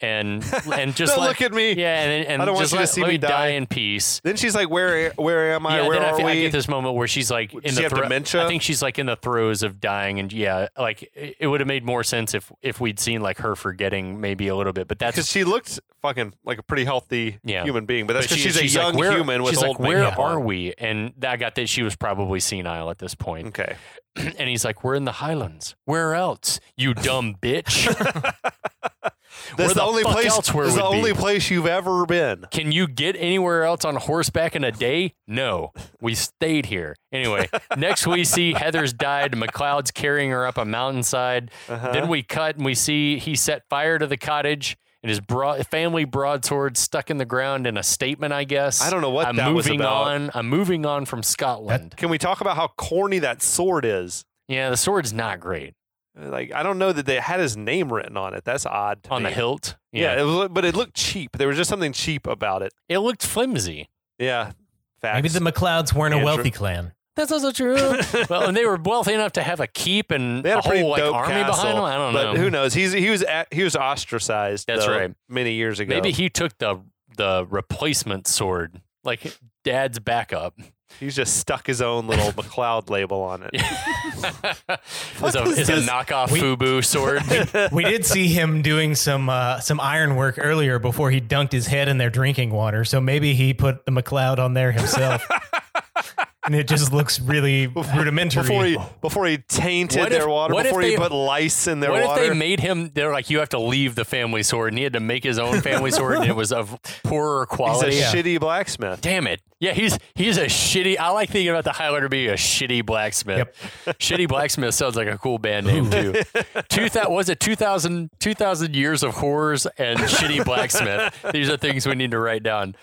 Speaker 2: and and just
Speaker 1: Don't
Speaker 2: like,
Speaker 1: look at me.
Speaker 2: yeah, and and
Speaker 1: I don't want
Speaker 2: just
Speaker 1: you to
Speaker 2: let,
Speaker 1: see
Speaker 2: let
Speaker 1: me
Speaker 2: me die.
Speaker 1: die.
Speaker 2: in peace.
Speaker 1: Then she's like, "Where, where am I?
Speaker 2: Yeah,
Speaker 1: where
Speaker 2: then I
Speaker 1: are
Speaker 2: fe- I
Speaker 1: we?"
Speaker 2: get this moment where she's like in
Speaker 1: she
Speaker 2: the
Speaker 1: have
Speaker 2: thro-
Speaker 1: dementia?
Speaker 2: I think she's like in the throes of dying, and yeah, like it, it would have made more sense if if we'd seen like her forgetting maybe a little bit, but
Speaker 1: Because
Speaker 2: that's
Speaker 1: she looked fucking like a pretty healthy
Speaker 2: Yeah.
Speaker 1: human being, but that's
Speaker 2: but
Speaker 1: because
Speaker 2: she-
Speaker 1: she's, a
Speaker 2: like,
Speaker 1: young
Speaker 2: "Where-"
Speaker 1: human with
Speaker 2: she's
Speaker 1: old.
Speaker 2: like, where
Speaker 1: makeup
Speaker 2: are
Speaker 1: on."
Speaker 2: we? And I got that she was probably senile at this point,
Speaker 1: Okay,
Speaker 2: and he's like, "We're in the Highlands. Where else? You dumb bitch.
Speaker 1: that's the,
Speaker 2: the
Speaker 1: only
Speaker 2: fuck
Speaker 1: place.
Speaker 2: else where
Speaker 1: that's the
Speaker 2: we'd be?
Speaker 1: only place you've ever been.
Speaker 2: Can you get anywhere else on horseback in a day? No, we stayed here. Anyway, next we see Heather's died. McLeod's carrying her up a mountainside.
Speaker 1: Uh-huh.
Speaker 2: Then we cut and we see he set fire to the cottage and his broad, family broadsword stuck in the ground in a statement, I guess.
Speaker 1: I don't know what
Speaker 2: I'm
Speaker 1: that was
Speaker 2: moving
Speaker 1: about.
Speaker 2: on. I'm moving on from Scotland.
Speaker 1: Can we talk about how corny that sword is?
Speaker 2: yeah, the sword's not great
Speaker 1: Like, I don't know that they had his name written on it. That's odd. to
Speaker 2: on the
Speaker 1: me.
Speaker 2: hilt.
Speaker 1: Yeah, it was, but it looked cheap. There was just something cheap about it.
Speaker 2: It looked flimsy.
Speaker 1: Yeah, facts.
Speaker 4: Maybe the McLeods weren't
Speaker 1: Andrew.
Speaker 4: a wealthy clan.
Speaker 2: That's also true. well, and they were wealthy enough to have a keep and
Speaker 1: they had a, pretty
Speaker 2: whole like
Speaker 1: dope
Speaker 2: army
Speaker 1: castle,
Speaker 2: behind them. I don't
Speaker 1: but
Speaker 2: know.
Speaker 1: who knows? He's he was at, he was ostracized.
Speaker 2: That's
Speaker 1: though,
Speaker 2: right.
Speaker 1: Many years ago.
Speaker 2: Maybe he took the the replacement sword, like dad's backup.
Speaker 1: he's just stuck his own little McLeod label on it.
Speaker 2: it's a,
Speaker 1: is
Speaker 2: it's a
Speaker 1: this?
Speaker 2: knockoff
Speaker 4: We-
Speaker 2: Fubu sword.
Speaker 4: We did see him doing some uh, some iron work earlier before he dunked his head in their drinking water. So maybe he put the McLeod on there himself. and it just looks really rudimentary.
Speaker 1: Before he before he tainted
Speaker 2: What if-
Speaker 1: their water,
Speaker 2: what if
Speaker 1: before he
Speaker 2: they-
Speaker 1: put lice in their
Speaker 2: what
Speaker 1: water.
Speaker 2: if they made him? They're like, you have to leave the family sword, and he had to make his own family sword, and it was of poorer
Speaker 1: he's
Speaker 2: quality.
Speaker 1: a shitty blacksmith.
Speaker 2: Damn it! Yeah, he's he's a shitty. I like thinking about the Highlander being a shitty blacksmith. shitty blacksmith sounds like a cool band name too. Two that was it 2000, 2000 years of horrors and shitty blacksmith. These are things we need to write down.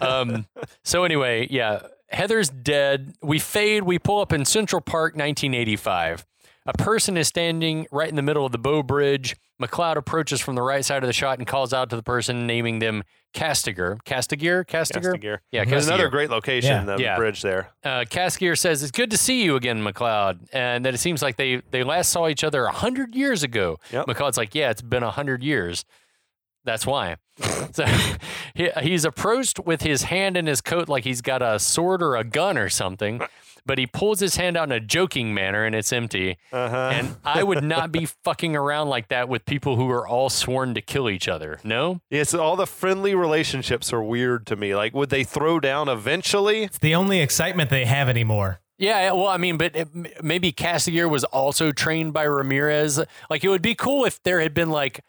Speaker 2: Um, so anyway, yeah, Heather's dead. We fade. We pull up in Central Park, nineteen eighty five. A person is standing right in the middle of the bow bridge. McLeod approaches from the right side of the shot and calls out to the person, naming them Castiger. Castiger? Castiger?
Speaker 1: Castigear.
Speaker 2: Yeah,
Speaker 1: There's
Speaker 2: Castiger.
Speaker 1: another great location,
Speaker 4: Yeah.
Speaker 1: the
Speaker 2: Yeah.
Speaker 1: bridge there.
Speaker 2: Uh, Castiger says, It's good to see you again, McLeod, and that it seems like they, they last saw each other 100 years ago.
Speaker 1: Yep.
Speaker 2: McLeod's like, Yeah, it's been 100 years. That's why. so he, he's approached with his hand in his coat like he's got a sword or a gun or something, but he pulls his hand out in a joking manner and it's empty.
Speaker 1: Uh-huh.
Speaker 2: And I would not be fucking around like that with people who are all sworn to kill each other. No?
Speaker 1: Yeah, so all the friendly relationships are weird to me. Like, would they throw down eventually?
Speaker 4: it's the only excitement they have anymore.
Speaker 2: Yeah, yeah, well, I mean, but it, m- maybe Castigier was also trained by Ramirez. Like, it would be cool if there had been like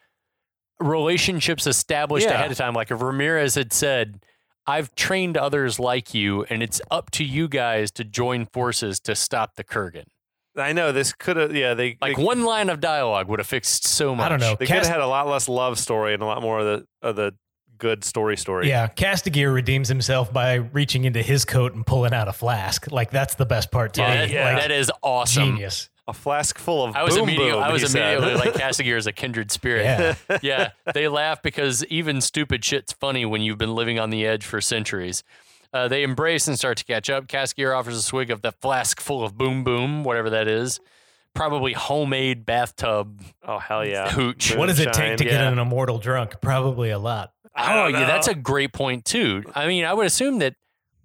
Speaker 2: relationships established
Speaker 1: Yeah.
Speaker 2: ahead of time. Like, if Ramirez had said, I've trained others like you, and it's up to you guys to join forces to stop the Kurgan.
Speaker 1: I know this could have. Yeah, they
Speaker 2: Like,
Speaker 1: they,
Speaker 2: one line of dialogue would have fixed so much.
Speaker 4: I don't know.
Speaker 1: They could
Speaker 4: Cast-
Speaker 1: have had a lot less love story and a lot more of the of the good story story.
Speaker 4: Yeah, Castigear redeems himself by reaching into his coat and pulling out a flask. Like that's the best part to
Speaker 2: Yeah,
Speaker 4: me.
Speaker 2: that-
Speaker 1: yeah.
Speaker 4: Like,
Speaker 2: that is awesome.
Speaker 4: genius.
Speaker 1: A flask full of
Speaker 2: I was
Speaker 1: boom
Speaker 2: immediately,
Speaker 1: boom,
Speaker 2: I was
Speaker 1: he said.
Speaker 2: immediately like Castigear is a kindred spirit.
Speaker 4: Yeah.
Speaker 2: yeah, they laugh because even stupid shit's funny when you've been living on the edge for centuries. Uh, they embrace and start to catch up. Caskier offers a swig of the flask full of boom boom, whatever that is. Probably homemade bathtub.
Speaker 1: oh hell yeah.
Speaker 2: Hooch.
Speaker 4: What does it
Speaker 1: Moonshine,
Speaker 4: take to
Speaker 2: yeah.
Speaker 4: get an immortal drunk? Probably a lot.
Speaker 1: I
Speaker 2: Oh,
Speaker 1: don't
Speaker 2: yeah,
Speaker 1: know.
Speaker 2: that's a great point, too. I mean, I would assume that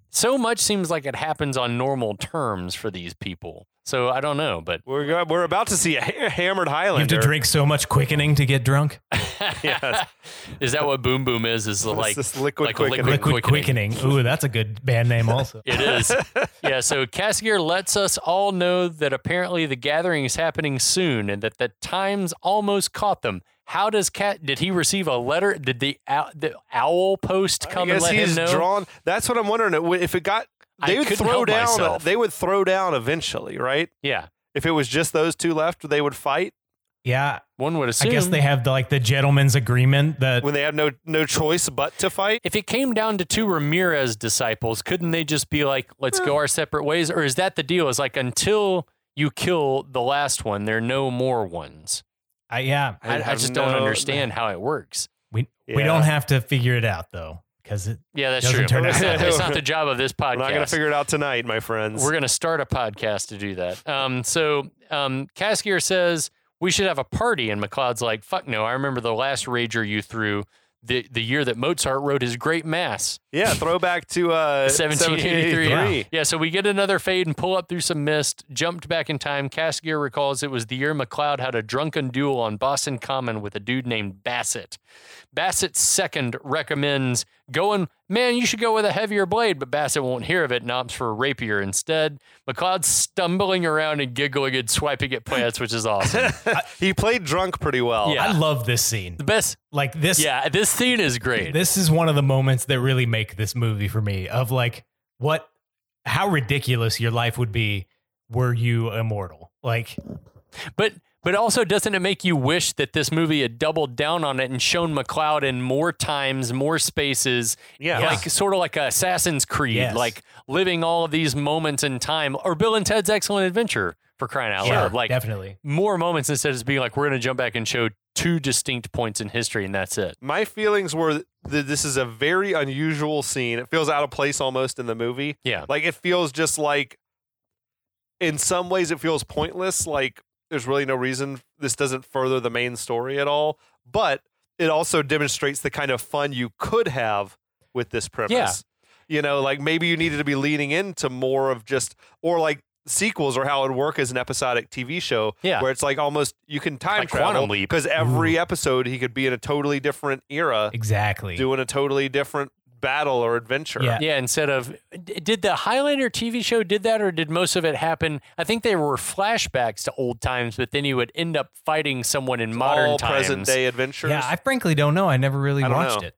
Speaker 2: so much seems like it happens on normal terms for these people. So I don't know, but
Speaker 1: We're go- we're about to see a ha- hammered
Speaker 4: You have
Speaker 1: Highlander.
Speaker 4: to drink so much quickening to get drunk.
Speaker 1: Yes.
Speaker 2: is that what boom boom is? Is like
Speaker 1: this liquid
Speaker 2: like a
Speaker 1: quickening.
Speaker 2: liquid
Speaker 4: Liquid quickening. Ooh, that's a good band name also.
Speaker 2: It is. yeah, so Cassigear lets us all know that apparently the gathering is happening soon and that the times almost caught them. How does Cat did he receive a letter? Did the owl, the owl post
Speaker 1: I
Speaker 2: come and
Speaker 1: guess
Speaker 2: let him
Speaker 1: he's
Speaker 2: know?
Speaker 1: drawn. That's what I'm wondering. It would- If it got,
Speaker 2: I
Speaker 1: they would
Speaker 2: couldn't
Speaker 1: throw
Speaker 2: help
Speaker 1: down.
Speaker 2: myself.
Speaker 1: They would throw down eventually, right?
Speaker 2: yeah.
Speaker 1: If it was just those two left, they would fight
Speaker 4: Yeah,
Speaker 2: One would assume
Speaker 4: I guess they have the, like the gentleman's agreement that
Speaker 1: when they have no no choice but to fight.
Speaker 2: if it came down to two Ramirez disciples, couldn't they just be like, let's go our separate ways? Or is that the deal? Is like until you kill the last one, there are no more ones.
Speaker 4: I, yeah,
Speaker 1: I
Speaker 2: I, I
Speaker 1: have
Speaker 2: just
Speaker 1: no-
Speaker 2: don't understand how it works.
Speaker 4: we we
Speaker 1: Yeah.
Speaker 4: don't have to figure it out though cuz it
Speaker 2: Yeah, that's
Speaker 4: Doesn't
Speaker 2: true.
Speaker 4: turn
Speaker 2: It's
Speaker 1: out-
Speaker 2: not, it's not the job of this podcast.
Speaker 1: We're not going to figure it out tonight, my friends.
Speaker 2: We're going to start a podcast to do that. Um, so um, Caskier says we should have a party, and McLeod's like, "Fuck no! I remember the last rager you threw the the year that Mozart wrote his great mass,
Speaker 1: yeah, throwback to uh,
Speaker 2: 1783."
Speaker 1: 1783.
Speaker 2: Yeah, so we get another fade and pull up through some mist. Jumped back in time. Caskier recalls it was the year McLeod had a drunken duel on Boston Common with a dude named Bassett. Bassett's second recommends going, man, you should go with a heavier blade, but Bassett won't hear of it and opts for a rapier instead. McLeod's stumbling around and giggling and swiping at plants, which is awesome.
Speaker 1: he played drunk pretty well.
Speaker 2: Yeah.
Speaker 4: I love this scene.
Speaker 2: the best,
Speaker 4: Like this
Speaker 2: yeah, this scene is great.
Speaker 4: this is one of the moments that really make this movie for me of like what how ridiculous your life would be were you immortal. Like
Speaker 2: But but also doesn't it make you wish that this movie had doubled down on it and shown McLeod in more times, more spaces?
Speaker 1: Yeah.
Speaker 2: Like sort of like Assassin's Creed,
Speaker 4: Yes.
Speaker 2: like living all of these moments in time or Bill and Ted's Excellent Adventure for crying out
Speaker 4: yeah,
Speaker 2: loud. Like
Speaker 4: definitely.
Speaker 2: more moments instead of just being like we're going to jump back and show two distinct points in history and that's it.
Speaker 1: My feelings were th- that this is a very unusual scene. It feels out of place almost in the movie.
Speaker 2: Yeah.
Speaker 1: Like it feels just like, in some ways, it feels pointless. Like there's really no reason this doesn't further the main story at all. But it also demonstrates the kind of fun you could have with this premise. You know, like maybe you needed to be leaning into more of just, or like sequels or how it would work as an episodic TV show
Speaker 2: Yeah.
Speaker 1: where it's like almost you can time
Speaker 2: Like Quantum
Speaker 1: travel
Speaker 2: Leap.
Speaker 1: because every episode he could be in a totally different era
Speaker 4: Exactly.
Speaker 1: doing a totally different battle or adventure.
Speaker 4: Yeah.
Speaker 2: Yeah, instead of d- did the Highlander TV show did that or did most of it happen? I think they were flashbacks to old times, but then you would end up fighting someone in modern
Speaker 1: All
Speaker 2: times.
Speaker 1: present day adventures.
Speaker 4: yeah, I frankly don't know. I never really
Speaker 1: I don't
Speaker 4: watched
Speaker 1: know.
Speaker 4: it.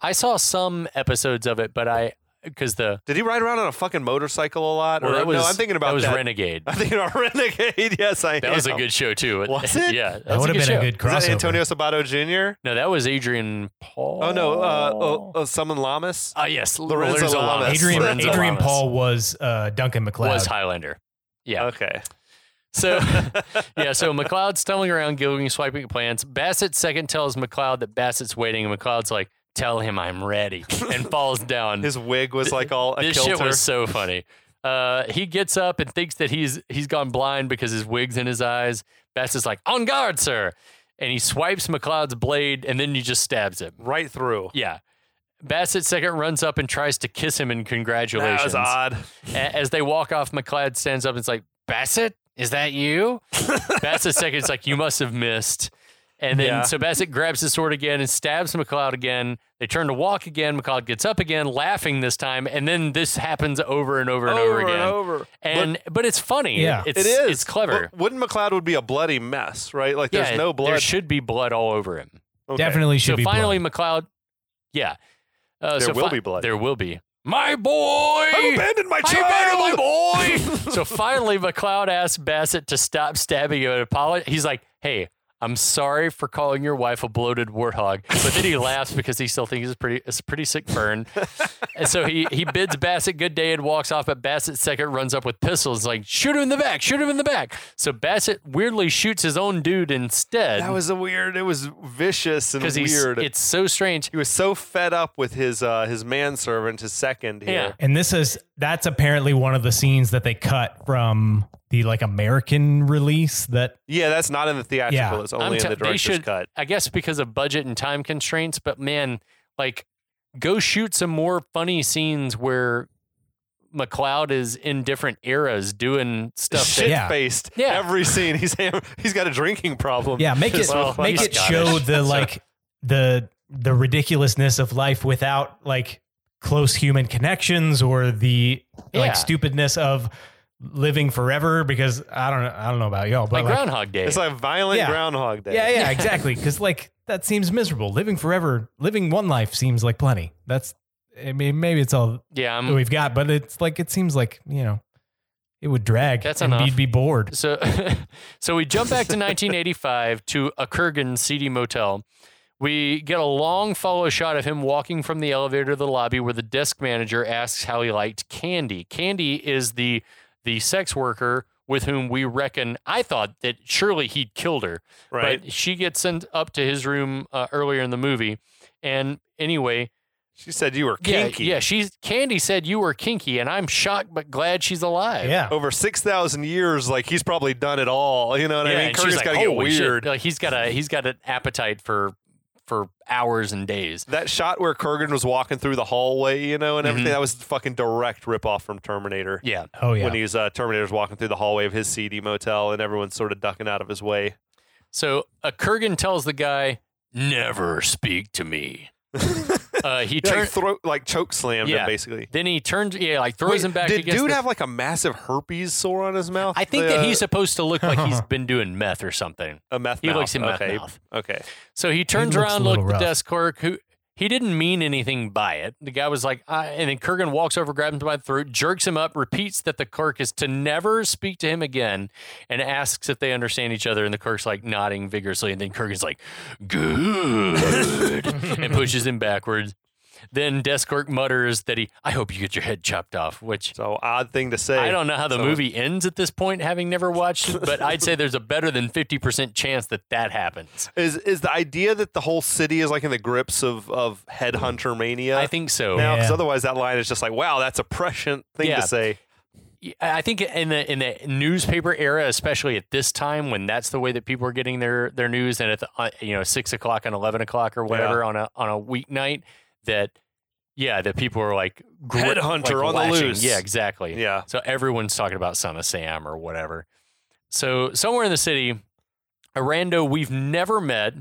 Speaker 2: I saw some episodes of it, but I because the
Speaker 1: Did he ride around on a fucking motorcycle a lot?
Speaker 2: well,
Speaker 1: or,
Speaker 2: that was
Speaker 1: no, I'm thinking about
Speaker 2: that was
Speaker 1: that.
Speaker 2: Renegade.
Speaker 1: I'm thinking about Renegade. Yes, I
Speaker 2: That was a
Speaker 1: am.
Speaker 2: good show too.
Speaker 1: Was it?
Speaker 2: yeah, that's
Speaker 4: That would have been
Speaker 2: show.
Speaker 4: a good
Speaker 1: Is
Speaker 4: crossover.
Speaker 1: that Antonio Sabato Jr.?
Speaker 2: No, that was Adrian Paul.
Speaker 1: Oh, no. Uh, oh, oh, Summon Lamas?
Speaker 2: Ah, yes,
Speaker 1: Lorenzo
Speaker 2: Lorenzo
Speaker 1: Lamas.
Speaker 2: Lamas.
Speaker 4: Adrian,
Speaker 2: Lorenzo
Speaker 4: Adrian
Speaker 2: Lamas
Speaker 4: Paul was uh, Duncan McLeod.
Speaker 2: was Highlander. Yeah.
Speaker 1: Okay.
Speaker 2: So, yeah, so McLeod's stumbling around, giggling, swiping at plants. Bassett's second tells McLeod that Bassett's waiting, and McLeod's like, Tell him I'm ready, and falls down.
Speaker 1: His wig was like all a
Speaker 2: this
Speaker 1: kilter.
Speaker 2: shit was so funny. Uh, he gets up and thinks that he's he's gone blind because his wig's in his eyes. Bassett's like, On guard, sir. And he swipes McLeod's blade, and then he just stabs him.
Speaker 1: right through.
Speaker 2: Yeah. Bassett second runs up and tries to kiss him in congratulations.
Speaker 1: That was odd.
Speaker 2: A- As they walk off, McLeod stands up and is like, Bassett, is that you? Bassett second's like, you must have missed. And then
Speaker 1: Yeah.
Speaker 2: so Bassett grabs his sword again and stabs McLeod again. They turn to walk again. McLeod gets up again, laughing this time. And then this happens over and over and over, again.
Speaker 1: and over.
Speaker 2: And but, it's funny.
Speaker 4: Yeah.
Speaker 2: it's,
Speaker 1: It is.
Speaker 2: It's clever.
Speaker 1: But Wooden McLeod would be a bloody mess, right? Like
Speaker 2: Yeah,
Speaker 1: there's no blood.
Speaker 2: There should be blood all over him.
Speaker 1: Okay.
Speaker 4: Definitely should
Speaker 2: so
Speaker 4: be
Speaker 2: finally, McLeod. Yeah. Uh,
Speaker 1: There will be blood. Oh,
Speaker 2: There will be. My boy.
Speaker 1: I abandoned my
Speaker 2: I abandoned
Speaker 1: child.
Speaker 2: my boy. so finally, McLeod asks Bassett to stop stabbing him and apologize. He's like, "Hey, I'm sorry for calling your wife a bloated warthog. But then he laughs because he still thinks it's pretty it's a pretty sick burn. and so he he bids Bassett good day and walks off, but Bassett second runs up with pistols, like, shoot him in the back, shoot him in the back. So Bassett weirdly shoots his own dude instead.
Speaker 1: That was a weird. It was vicious and
Speaker 2: because he's
Speaker 1: weird.
Speaker 2: it's so strange.
Speaker 1: he was so fed up with his uh, his manservant, his second here.
Speaker 4: And this is that's apparently one of the scenes that they cut from the like American release that
Speaker 1: Yeah, that's not in the theatrical.
Speaker 4: Yeah.
Speaker 1: It's only
Speaker 2: I'm
Speaker 1: in the
Speaker 2: te- they
Speaker 1: director's
Speaker 2: should,
Speaker 1: cut.
Speaker 2: I guess because of budget and time constraints, but man, like go shoot some more funny scenes where McLeod is in different eras doing stuff. that-
Speaker 1: Shit faced.
Speaker 2: Yeah.
Speaker 1: Every scene he's ham- he's got a drinking problem.
Speaker 4: yeah, make it
Speaker 1: Just
Speaker 2: Well,
Speaker 4: make
Speaker 2: he's
Speaker 4: it show
Speaker 2: Scottish,
Speaker 4: the like the the ridiculousness of life without like close human connections or the
Speaker 2: Yeah.
Speaker 4: like stupidness of living forever because I don't know I don't know about y'all but
Speaker 2: like
Speaker 4: like,
Speaker 2: Groundhog Day.
Speaker 1: It's like violent
Speaker 4: Yeah.
Speaker 1: Groundhog Day.
Speaker 4: yeah yeah exactly because like that seems miserable living forever living one life seems like plenty that's I mean maybe it's all
Speaker 2: yeah,
Speaker 4: that
Speaker 2: I'm,
Speaker 4: we've got, but it's like it seems like you know it would drag.
Speaker 2: That's
Speaker 4: and
Speaker 2: enough.
Speaker 4: You'd be bored.
Speaker 2: So, so we jump back to 1985 to a Kurgan seedy motel. We get a long follow shot of him walking from the elevator to the lobby, where the desk manager asks how he liked Candy. Candy is the the sex worker with whom we reckon. I thought that surely he'd killed her,
Speaker 1: Right.
Speaker 2: but she gets sent up to his room uh, earlier in the movie. And anyway,
Speaker 1: she said you were kinky.
Speaker 2: yeah, yeah, she's Candy said you were kinky, and I'm shocked but glad she's alive.
Speaker 4: Yeah,
Speaker 1: Over six thousand years, like he's probably done it all. You know what I mean?
Speaker 2: and
Speaker 1: Kurgan's
Speaker 2: she's like,
Speaker 1: gotta get
Speaker 2: "Holy shit."
Speaker 1: weird.
Speaker 2: Like he's got a he's got an appetite for for hours and days.
Speaker 1: That shot where Kurgan was walking through the hallway, you know, and everything,
Speaker 2: Mhm.
Speaker 1: that was fucking direct ripoff from Terminator.
Speaker 2: Yeah.
Speaker 4: oh yeah.
Speaker 1: When he's uh, Terminator's walking through the hallway of his CD motel and everyone's sort of ducking out of his way.
Speaker 2: So a Kurgan tells the guy, "Never speak to me." uh, he
Speaker 1: Yeah, like,
Speaker 2: turns.
Speaker 1: throat, like choke slammed
Speaker 2: Yeah.
Speaker 1: him basically.
Speaker 2: Then he turns. Yeah, like throws
Speaker 1: Wait,
Speaker 2: him back.
Speaker 1: Did
Speaker 2: against
Speaker 1: dude
Speaker 2: the-
Speaker 1: have like a massive herpes sore on his mouth? Uh,
Speaker 2: I think
Speaker 1: The-
Speaker 2: that he's supposed to look like he's been doing meth or something.
Speaker 1: a meth.
Speaker 2: he
Speaker 1: mouth.
Speaker 2: looks in meth
Speaker 1: okay.
Speaker 2: mouth.
Speaker 1: Okay.
Speaker 2: So he turns
Speaker 4: looks a
Speaker 2: around, looked
Speaker 4: little
Speaker 2: at the
Speaker 4: rough.
Speaker 2: desk clerk who he didn't mean anything by it. The guy was like, I, and then Kurgan walks over, grabs him by the throat, jerks him up, repeats that the clerk is to never speak to him again, and asks if they understand each other. And the clerk's like nodding vigorously, and then Kurgan's like, good, and pushes him backwards. Then desk clerk mutters that he, I hope you get your head chopped off, which
Speaker 1: So odd thing to say.
Speaker 2: I don't know how the
Speaker 1: So-
Speaker 2: movie ends at this point, having never watched it, but I'd say there's a better than 50% chance that that happens.
Speaker 1: Is is the idea that the whole city is like in the grips of of headhunter mania?
Speaker 2: I think so.
Speaker 1: now, because
Speaker 4: Yeah.
Speaker 1: otherwise that line is just like, wow, that's a prescient thing
Speaker 2: Yeah.
Speaker 1: to say.
Speaker 2: I think in the in the newspaper era, especially at this time when that's the way that people are getting their their news, and at the, uh, you know six o'clock and eleven o'clock or whatever on a on a weeknight, that yeah, that people are like gri-
Speaker 1: Headhunter on the
Speaker 2: lashing.
Speaker 1: loose.
Speaker 2: Yeah, exactly.
Speaker 1: Yeah.
Speaker 2: So everyone's talking about Son of Sam or whatever. So somewhere in the city, a rando we've never met,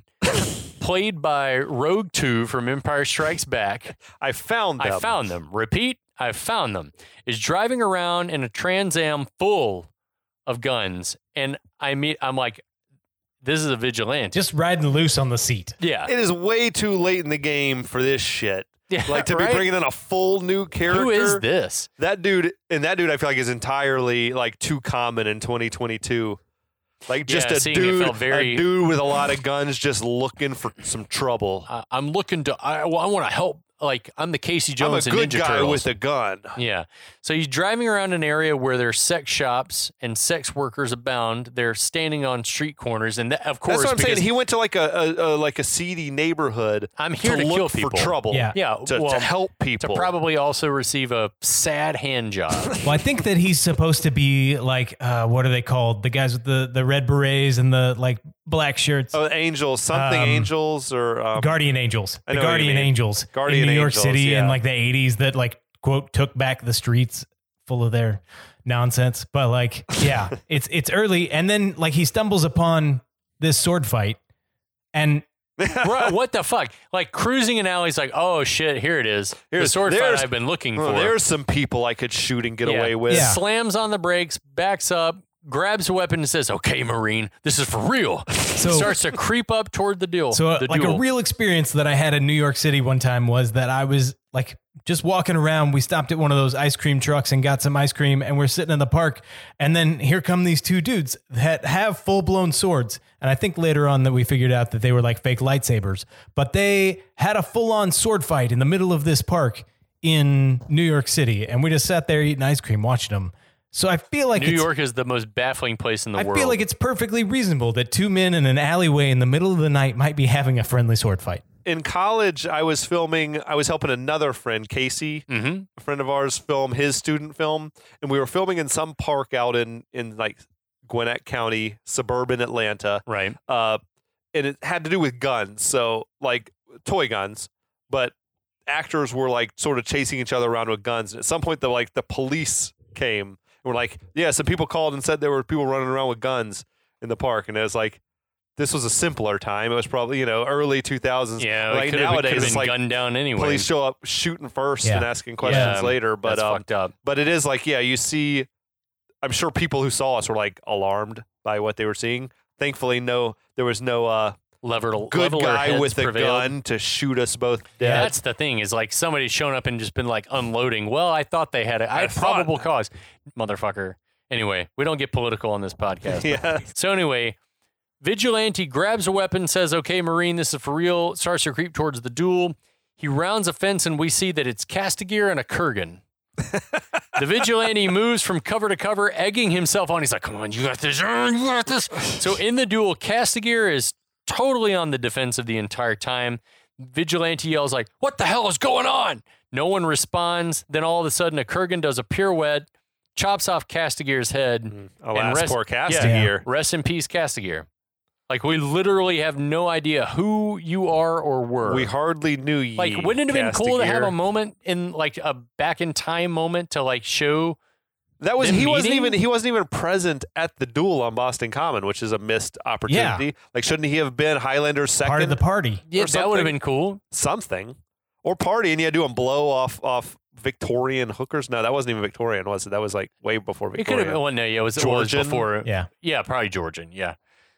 Speaker 2: played by Rogue Two from Empire Strikes Back.
Speaker 1: I found them.
Speaker 2: I found them. Repeat, I found them. Is driving around in a Trans Am full of guns, and I meet. I'm like, this is a vigilante.
Speaker 4: Just riding loose on the seat.
Speaker 2: yeah,
Speaker 1: It is way too late in the game for this shit.
Speaker 2: yeah.
Speaker 1: Like to
Speaker 2: right?
Speaker 1: be bringing in a full new character.
Speaker 2: Who is this?
Speaker 1: That dude and that dude I feel like is entirely like too common in 2022. Like just
Speaker 2: Yeah,
Speaker 1: a
Speaker 2: seeing it
Speaker 1: dude,
Speaker 2: felt very-
Speaker 1: a dude with a lot of guns, just looking for some trouble.
Speaker 2: I, I'm looking to. I, well, I want to help. Like I'm the Casey
Speaker 1: I'm a
Speaker 2: Jones
Speaker 1: good
Speaker 2: and Ninja
Speaker 1: guy
Speaker 2: Turtles.
Speaker 1: with a gun.
Speaker 2: Yeah. So he's driving around an area where there's sex shops and sex workers abound. They're standing on street corners, and that, of course,
Speaker 1: That's what I'm saying.
Speaker 2: because
Speaker 1: He went to like a, a, a like a seedy neighborhood.
Speaker 2: I'm here to
Speaker 1: look
Speaker 2: kill
Speaker 1: for
Speaker 2: people.
Speaker 1: trouble.
Speaker 4: Yeah.
Speaker 2: Yeah,
Speaker 1: to,
Speaker 2: well,
Speaker 1: to help people.
Speaker 2: to probably also receive a sad hand job.
Speaker 4: Well, I think that he's supposed to be like uh, what are they called? The guys with the the red berets and the like black shirts.
Speaker 1: oh, angels, something
Speaker 4: Um,
Speaker 1: angels or um,
Speaker 4: Guardian Angels.
Speaker 1: I
Speaker 4: The
Speaker 1: know what you
Speaker 4: Guardian
Speaker 1: mean.
Speaker 4: Angels.
Speaker 1: Guardian
Speaker 4: in New York
Speaker 1: Angels,
Speaker 4: City in
Speaker 1: yeah.
Speaker 4: like the 80s that like quote took back the streets full of their nonsense. But like yeah, it's it's early and then like he stumbles upon this sword fight and
Speaker 2: Bro, what the fuck? Like cruising an alley, he's like, oh shit, here it is. the
Speaker 1: Here's-
Speaker 2: sword fight
Speaker 1: there's-
Speaker 2: I've been looking
Speaker 1: oh,
Speaker 2: for.
Speaker 1: there's some people I could shoot and get
Speaker 2: Yeah.
Speaker 1: away with.
Speaker 4: Yeah.
Speaker 2: Slams on the brakes, backs up, grabs a weapon, and says, okay, Marine, this is for real.
Speaker 4: So-
Speaker 2: Starts to creep up toward the deal.
Speaker 4: So, uh,
Speaker 2: the
Speaker 4: like
Speaker 2: duel.
Speaker 4: a real experience that I had in New York City one time was that I was like just walking around, we stopped at one of those ice cream trucks and got some ice cream, and we're sitting in the park. And then here come these two dudes that have full blown swords. And I think later on that we figured out that they were like fake lightsabers, but they had a full on sword fight in the middle of this park in New York City. And we just sat there eating ice cream, watching them. So I feel like
Speaker 2: New
Speaker 4: it's,
Speaker 2: York is the most baffling place in the
Speaker 4: I
Speaker 2: world.
Speaker 4: feel like it's perfectly reasonable that two men in an alleyway in the middle of the night might be having a friendly sword fight.
Speaker 1: in college i was filming i was helping another friend casey
Speaker 2: Mm. Mm-hmm.
Speaker 1: a friend of ours film his student film and we were filming in some park out in in like gwinnett county suburban atlanta
Speaker 2: right.
Speaker 1: uh, and it had to do with guns so like toy guns but actors were like sort of chasing each other around with guns and at some point the like the police came and were like yeah some people called and said there were people running around with guns in the park and it was like this was a simpler time it was probably you know early 2000s
Speaker 2: Yeah, it
Speaker 1: like
Speaker 2: could have
Speaker 1: nowadays
Speaker 2: been
Speaker 1: it's like
Speaker 2: gunned down anyway.
Speaker 1: police show up shooting first
Speaker 4: Yeah.
Speaker 1: and asking questions
Speaker 2: Yeah.
Speaker 1: later but
Speaker 2: That's
Speaker 1: um,
Speaker 2: fucked up.
Speaker 1: but it is like yeah you see i'm sure people who saw us were like alarmed by what they were seeing thankfully no there was no uh
Speaker 2: Lever,
Speaker 1: good
Speaker 2: leveler
Speaker 1: guy
Speaker 2: heads
Speaker 1: with a
Speaker 2: prevailed.
Speaker 1: gun to shoot us both
Speaker 2: Yeah,
Speaker 1: dead
Speaker 2: that's the thing is like somebody's shown up and just been like unloading. Well, I thought they had a I had
Speaker 1: thought-
Speaker 2: probable cause, motherfucker. Anyway, we don't get political on this podcast.
Speaker 1: yeah
Speaker 2: So anyway, vigilante grabs a weapon, says, "Okay, Marine, this is for real." Starts to creep towards the duel. He rounds a fence, and we see that it's Castigear and a Kurgan. the vigilante moves from cover to cover, egging himself on. He's like, "Come on, you got this! uh, You got this!" So in the duel, Castigear is totally on the defensive the entire time. Vigilante yells like, "What the hell is going on?" No one responds. Then all of a sudden, a Kurgan does a pirouette, chops off Castigear's head.
Speaker 1: alas
Speaker 2: rest-
Speaker 1: poor
Speaker 2: yeah.
Speaker 1: casting here
Speaker 2: Rest in peace, Castigear. Like we literally have no idea who you are or were.
Speaker 1: we hardly knew you
Speaker 2: like, wouldn't it have been cool to have a moment in like a back in time moment to like show?
Speaker 1: that was
Speaker 2: them
Speaker 1: he wasn't
Speaker 2: meeting?
Speaker 1: even he wasn't even present at the duel on boston common which is a missed opportunity like shouldn't he have been highlander's second
Speaker 4: Part of the party.
Speaker 2: Yeah, that would
Speaker 1: something.
Speaker 2: have been cool.
Speaker 1: something or party and you had to do a blow off off Victorian hookers. No, that wasn't even Victorian, was it? That was like way before
Speaker 2: It could
Speaker 1: Victorian.
Speaker 2: have been. Well, no, yeah, it was, it was
Speaker 1: Georgian?
Speaker 2: before.
Speaker 4: Yeah.
Speaker 2: yeah, probably Georgian. Yeah.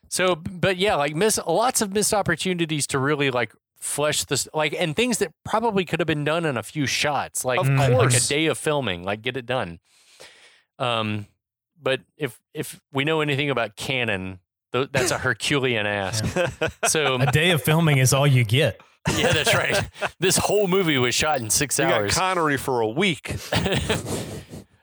Speaker 2: So, but yeah, like miss lots of missed opportunities to really like flesh this like and things that probably could have been done in a few shots. Like
Speaker 1: Mm, Of
Speaker 2: like
Speaker 1: course.
Speaker 2: a day of filming, like get it done. Um, but if if we know anything about canon, tho- that's a Herculean ask. So
Speaker 4: A day of filming is all you get.
Speaker 2: yeah, that's right. This whole movie was shot in six
Speaker 1: you got
Speaker 2: hours.
Speaker 1: Connery for a week.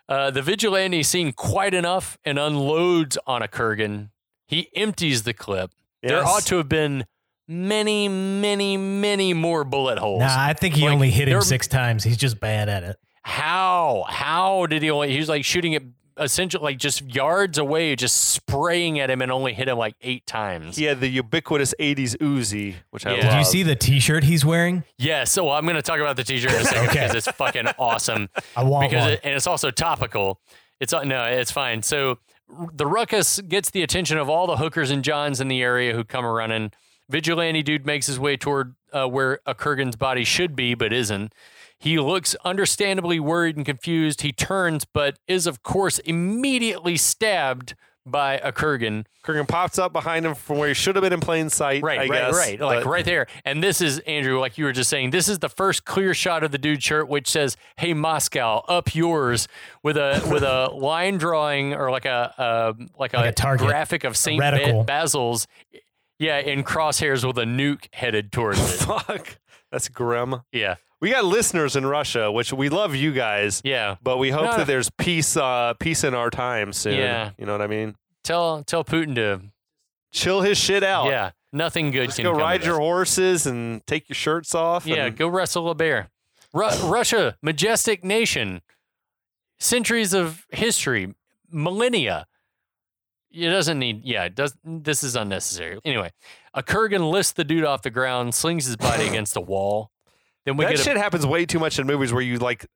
Speaker 2: Uh, the vigilante seen quite enough and unloads on a Kurgan. He empties the clip. There
Speaker 1: Yes.
Speaker 2: ought to have been many, many, many more bullet holes.
Speaker 4: Nah, I think he only hit him
Speaker 2: there-
Speaker 4: six times. He's just bad at it.
Speaker 2: How? How did he only? He was like shooting it essentially like just yards away, just spraying at him and only hit him like eight times.
Speaker 1: He had the ubiquitous '80s Uzi, which I
Speaker 2: Yeah.
Speaker 1: love.
Speaker 2: Did
Speaker 4: Do you see the T-shirt he's wearing?
Speaker 2: Yeah, so I'm going to talk about the t-shirt in a second because it's fucking awesome.
Speaker 4: I want
Speaker 2: because
Speaker 4: one.
Speaker 2: it, and it's also topical. It's uh, no, it's fine. So r- the ruckus gets the attention of all the hookers and johns in the area who come running. Vigilante dude makes his way toward uh, where a Kurgan's body should be, but isn't. He looks understandably worried and confused. He turns, but is of course immediately stabbed by a Kurgan.
Speaker 1: Kurgan pops up behind him from where he should have been in plain sight.
Speaker 2: Right,
Speaker 1: I
Speaker 2: right,
Speaker 1: guess,
Speaker 2: right. Like
Speaker 1: but
Speaker 2: right there. And this is Andrew, like you were just saying, this is the first clear shot of the dude shirt which says, Hey Moscow, up yours with a with a line drawing or like a uh, like,
Speaker 4: Like a target,
Speaker 2: graphic of Saint
Speaker 4: reticle.
Speaker 2: Basil's yeah, in crosshairs with a nuke headed towards it.
Speaker 1: Fuck, that's grim.
Speaker 2: Yeah.
Speaker 1: We got listeners in Russia, which we love you guys.
Speaker 2: Yeah.
Speaker 1: But we hope
Speaker 2: No.
Speaker 1: that there's peace, uh, peace in our time soon.
Speaker 2: Yeah.
Speaker 1: You know what I mean?
Speaker 2: Tell tell Putin to
Speaker 1: Chill his shit out.
Speaker 2: Yeah. Nothing good
Speaker 1: Just
Speaker 2: can
Speaker 1: Oh, go
Speaker 2: come of
Speaker 1: ride
Speaker 2: this.
Speaker 1: your horses and take your shirts off.
Speaker 2: Yeah,
Speaker 1: and-
Speaker 2: go wrestle a bear. Ru- Russia, majestic nation, centuries of history, millennia. It doesn't need. Yeah, it does. This is unnecessary. Anyway, a Kurgan lifts the dude off the ground, slings his body against the wall. Then we
Speaker 1: that
Speaker 2: get a,
Speaker 1: shit happens way too much in movies where you like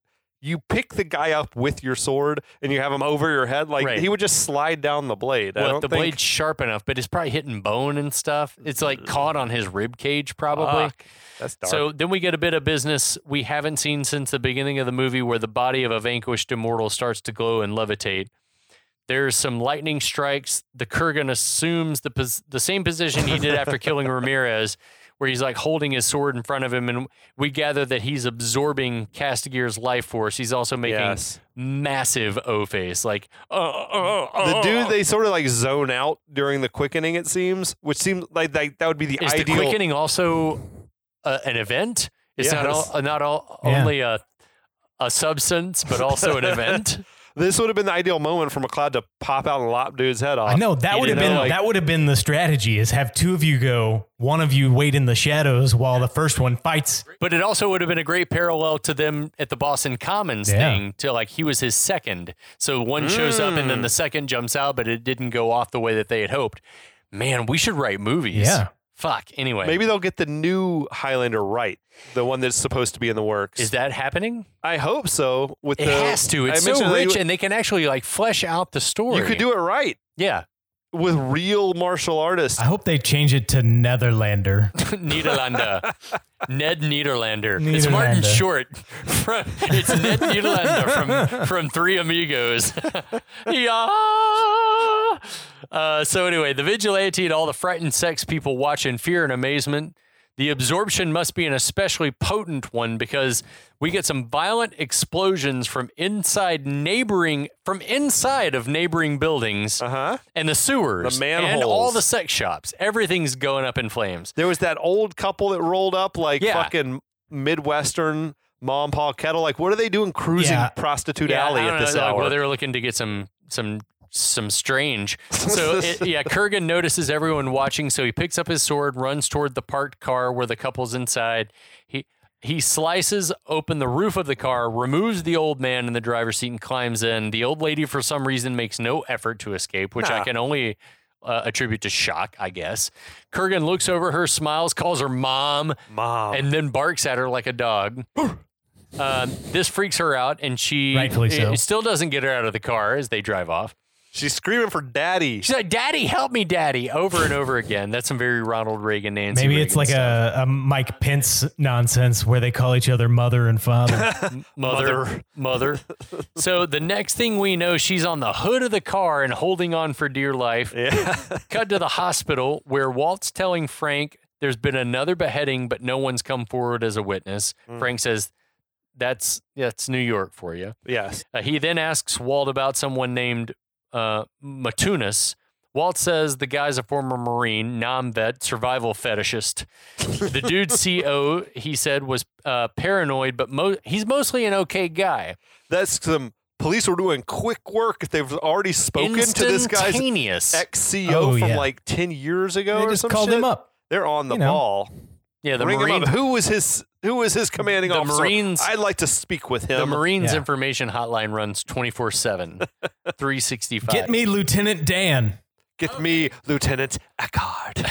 Speaker 1: you pick the guy up with your sword and you have him over your head. Like
Speaker 2: Right.
Speaker 1: he would just slide down the blade. I
Speaker 2: well,
Speaker 1: don't
Speaker 2: if the
Speaker 1: think,
Speaker 2: blade's sharp enough, but it's probably hitting bone and stuff. It's like caught on his rib cage, probably.
Speaker 1: Uh, Fuck. That's dark.
Speaker 2: So then we get a bit of business we haven't seen since the beginning of the movie where the body of a vanquished immortal starts to glow and levitate. There's some lightning strikes. The Kurgan assumes the pos- the same position he did after killing Ramirez, where he's like holding his sword in front of him, and we gather that he's absorbing Castigear's life force. He's also making
Speaker 1: Yes.
Speaker 2: massive O face, like uh, uh, uh,
Speaker 1: The dude
Speaker 2: uh,
Speaker 1: they sort of like zone out during the quickening, it seems, which seems like that, that would be the
Speaker 2: is the
Speaker 1: ideal.
Speaker 2: quickening also uh, an event? It's not
Speaker 1: Yes.
Speaker 2: all, not all,
Speaker 4: Yeah.
Speaker 2: only a a substance, but also an event.
Speaker 1: This would have been the ideal moment for McLeod to pop out and lop dude's head off.
Speaker 4: I know that
Speaker 2: you
Speaker 4: would have
Speaker 2: know,
Speaker 4: been
Speaker 2: like-
Speaker 4: that would have been the strategy is have two of you go, one of you wait in the shadows while the first one fights.
Speaker 2: But it also would have been a great parallel to them at the Boston Commons
Speaker 4: Yeah.
Speaker 2: thing, to like he was his second. So one shows up and then
Speaker 1: Hmm.
Speaker 2: the second jumps out, but it didn't go off the way that they had hoped. Man, we should write movies.
Speaker 4: Yeah.
Speaker 2: Fuck. Anyway,
Speaker 1: Maybe they'll get the new Highlander right, the one that's supposed to be in the works.
Speaker 2: is that happening?
Speaker 1: I hope so. With
Speaker 2: It
Speaker 1: the,
Speaker 2: has to.
Speaker 1: I
Speaker 2: It's so
Speaker 1: mentioned that
Speaker 2: rich,
Speaker 1: you-
Speaker 2: and they can actually like flesh out the story. Mm-hmm.
Speaker 1: you could do it right
Speaker 2: yeah.
Speaker 1: with real martial artists.
Speaker 4: I
Speaker 2: Uh-huh.
Speaker 4: hope they change it to Netherlander.
Speaker 2: Niederlander. Ned Niederlander. It's Martin
Speaker 4: Niederlander.
Speaker 2: Short. From, it's Ned Niederlander from, from Three Amigos. yeah. Uh, so, anyway, the vigilante and all the frightened sex people watch in fear and amazement. The absorption must be an especially potent one because we get some violent explosions from inside neighboring, from inside of neighboring buildings
Speaker 1: Uh huh.
Speaker 2: and the sewers
Speaker 1: The
Speaker 2: and all
Speaker 1: manholes.
Speaker 2: the sex shops. Everything's going up in flames.
Speaker 1: There was that old couple that rolled up like
Speaker 2: Yeah.
Speaker 1: fucking Midwestern mom, Paul Kettle. Like, what are they doing cruising
Speaker 4: Yeah.
Speaker 1: prostitute
Speaker 2: Yeah,
Speaker 1: alley
Speaker 2: I
Speaker 1: at
Speaker 2: don't
Speaker 1: this
Speaker 2: know, like,
Speaker 1: hour?
Speaker 2: well, they were looking to get some some some strange. So it, yeah, Kurgan notices everyone watching, so he picks up his sword, runs toward the parked car where the couple's inside. He he slices open the roof of the car, removes the old man in the driver's seat, and climbs in. The old lady, for some reason, makes no effort to escape, which I
Speaker 1: Nah.
Speaker 2: can only uh, attribute to shock, I guess. Kurgan looks over her, smiles, calls her mom,
Speaker 1: mom.
Speaker 2: and then barks at her like a dog. um, this freaks her out, and she
Speaker 4: Rightfully so.
Speaker 2: it- it still doesn't get her out of the car as they drive off.
Speaker 1: She's screaming for daddy.
Speaker 2: She's like, "Daddy, help me, Daddy!" over and over again. That's some very Ronald Reagan, Nancy.
Speaker 4: Maybe it's
Speaker 2: Reagan
Speaker 4: like
Speaker 2: stuff.
Speaker 4: a, a Mike Pence nonsense where they call each other mother and father.
Speaker 2: mother, mother. so the next thing we know, she's on the hood of the car and holding on for dear life.
Speaker 1: Yeah.
Speaker 2: Cut to the hospital where Walt's telling Frank there's been another beheading, but no one's come forward as a witness. Frank says, "That's that's New York for you."
Speaker 1: yes.
Speaker 2: Uh, he then asks Walt about someone named uh, Matunas. Walt says the guy's a former Marine, non vet, survival fetishist. The dude CO, he said, was uh, paranoid, but mo- he's mostly an okay guy.
Speaker 1: That's some police were doing quick work if they've already spoken to this guy's
Speaker 2: Instantaneous.
Speaker 1: ex CEO
Speaker 4: Oh,
Speaker 1: from
Speaker 4: yeah.
Speaker 1: like 10 years ago
Speaker 4: they
Speaker 1: or
Speaker 4: just
Speaker 1: some
Speaker 4: called
Speaker 1: shit.
Speaker 4: him up.
Speaker 1: They're on the
Speaker 4: You know.
Speaker 1: ball.
Speaker 2: yeah, the
Speaker 1: Ring him
Speaker 2: Marine.
Speaker 1: up. Who was his who was his commanding
Speaker 2: The
Speaker 1: officer?
Speaker 2: Marines-
Speaker 1: I'd like to speak with him.
Speaker 2: The Marines
Speaker 4: Yeah.
Speaker 2: information hotline runs 24 7, 365.
Speaker 4: Get me Lieutenant Dan.
Speaker 1: Get me Lieutenant Eckhart.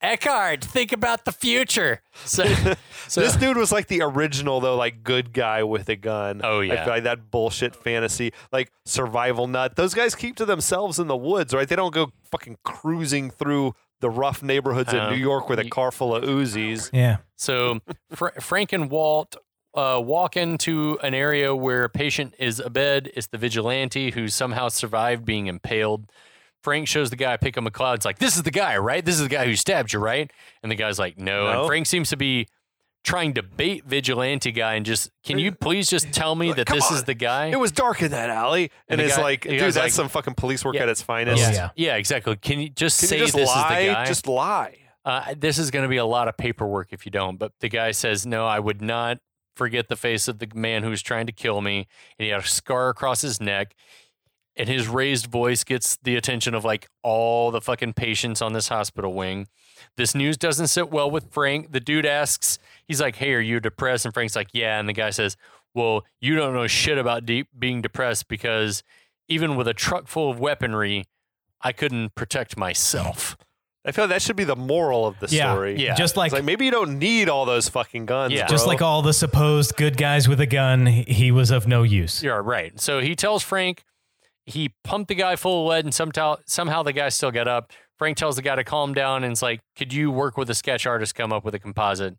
Speaker 2: Eckhart, think about the future. So, so
Speaker 1: this dude was like the original though, like good guy with a gun.
Speaker 2: Oh,
Speaker 1: I
Speaker 2: yeah.
Speaker 1: feel like that bullshit fantasy, like survival nut. Those guys keep to themselves in the woods, right? They don't go fucking cruising through the rough neighborhoods
Speaker 2: Um,
Speaker 1: in New York with a
Speaker 2: y-
Speaker 1: car full of Uzis.
Speaker 4: Yeah.
Speaker 2: So Fra- Frank and Walt uh, walk into an area where a patient is abed. It's the vigilante who somehow survived being impaled. Frank shows the guy pick up McLeod. It's like, this is the guy, right? This is the guy who stabbed you, right? And the guy's like, no.
Speaker 1: No.
Speaker 2: And Frank seems to be trying to bait vigilante guy and just, can you please just tell me that
Speaker 1: come
Speaker 2: this is
Speaker 1: on.
Speaker 2: the guy?
Speaker 1: It was dark in that alley, and,
Speaker 2: And the
Speaker 1: it's
Speaker 2: guy-
Speaker 1: like,
Speaker 2: the
Speaker 1: dude,
Speaker 2: guy's
Speaker 1: that's
Speaker 2: like-
Speaker 1: some fucking police work
Speaker 2: Yeah. Oh,
Speaker 1: at its finest.
Speaker 4: Yeah.
Speaker 2: yeah. yeah, exactly. Can you just
Speaker 1: Can
Speaker 2: say
Speaker 1: you just
Speaker 2: this
Speaker 1: lie?
Speaker 2: is the guy?
Speaker 1: Just lie.
Speaker 2: uh, this is going to be a lot of paperwork if you don't. But the guy says, no, I would not forget the face of the man who was trying to kill me. And he had a scar across his neck. And his raised voice gets the attention of like all the fucking patients on this hospital wing. This news doesn't sit well with Frank. The dude asks, he's like, hey, are you depressed? And Frank's like, yeah. And the guy says, well, you don't know shit about deep being depressed because even with a truck full of weaponry, I couldn't protect myself.
Speaker 1: I feel like that should be the moral of the
Speaker 4: Yeah.
Speaker 1: story.
Speaker 2: Yeah.
Speaker 4: Just
Speaker 1: It's
Speaker 4: like,
Speaker 1: like maybe you don't need all those fucking guns.
Speaker 2: Yeah.
Speaker 4: just
Speaker 1: bro.
Speaker 4: like all the supposed good guys with a gun, he- he was of no use.
Speaker 2: Yeah, right. So he tells Frank he pumped the guy full of lead, and somehow somehow the guy still got up. Frank tells the guy to calm down, and it's like, "Could you work with a sketch artist come up with a composite?"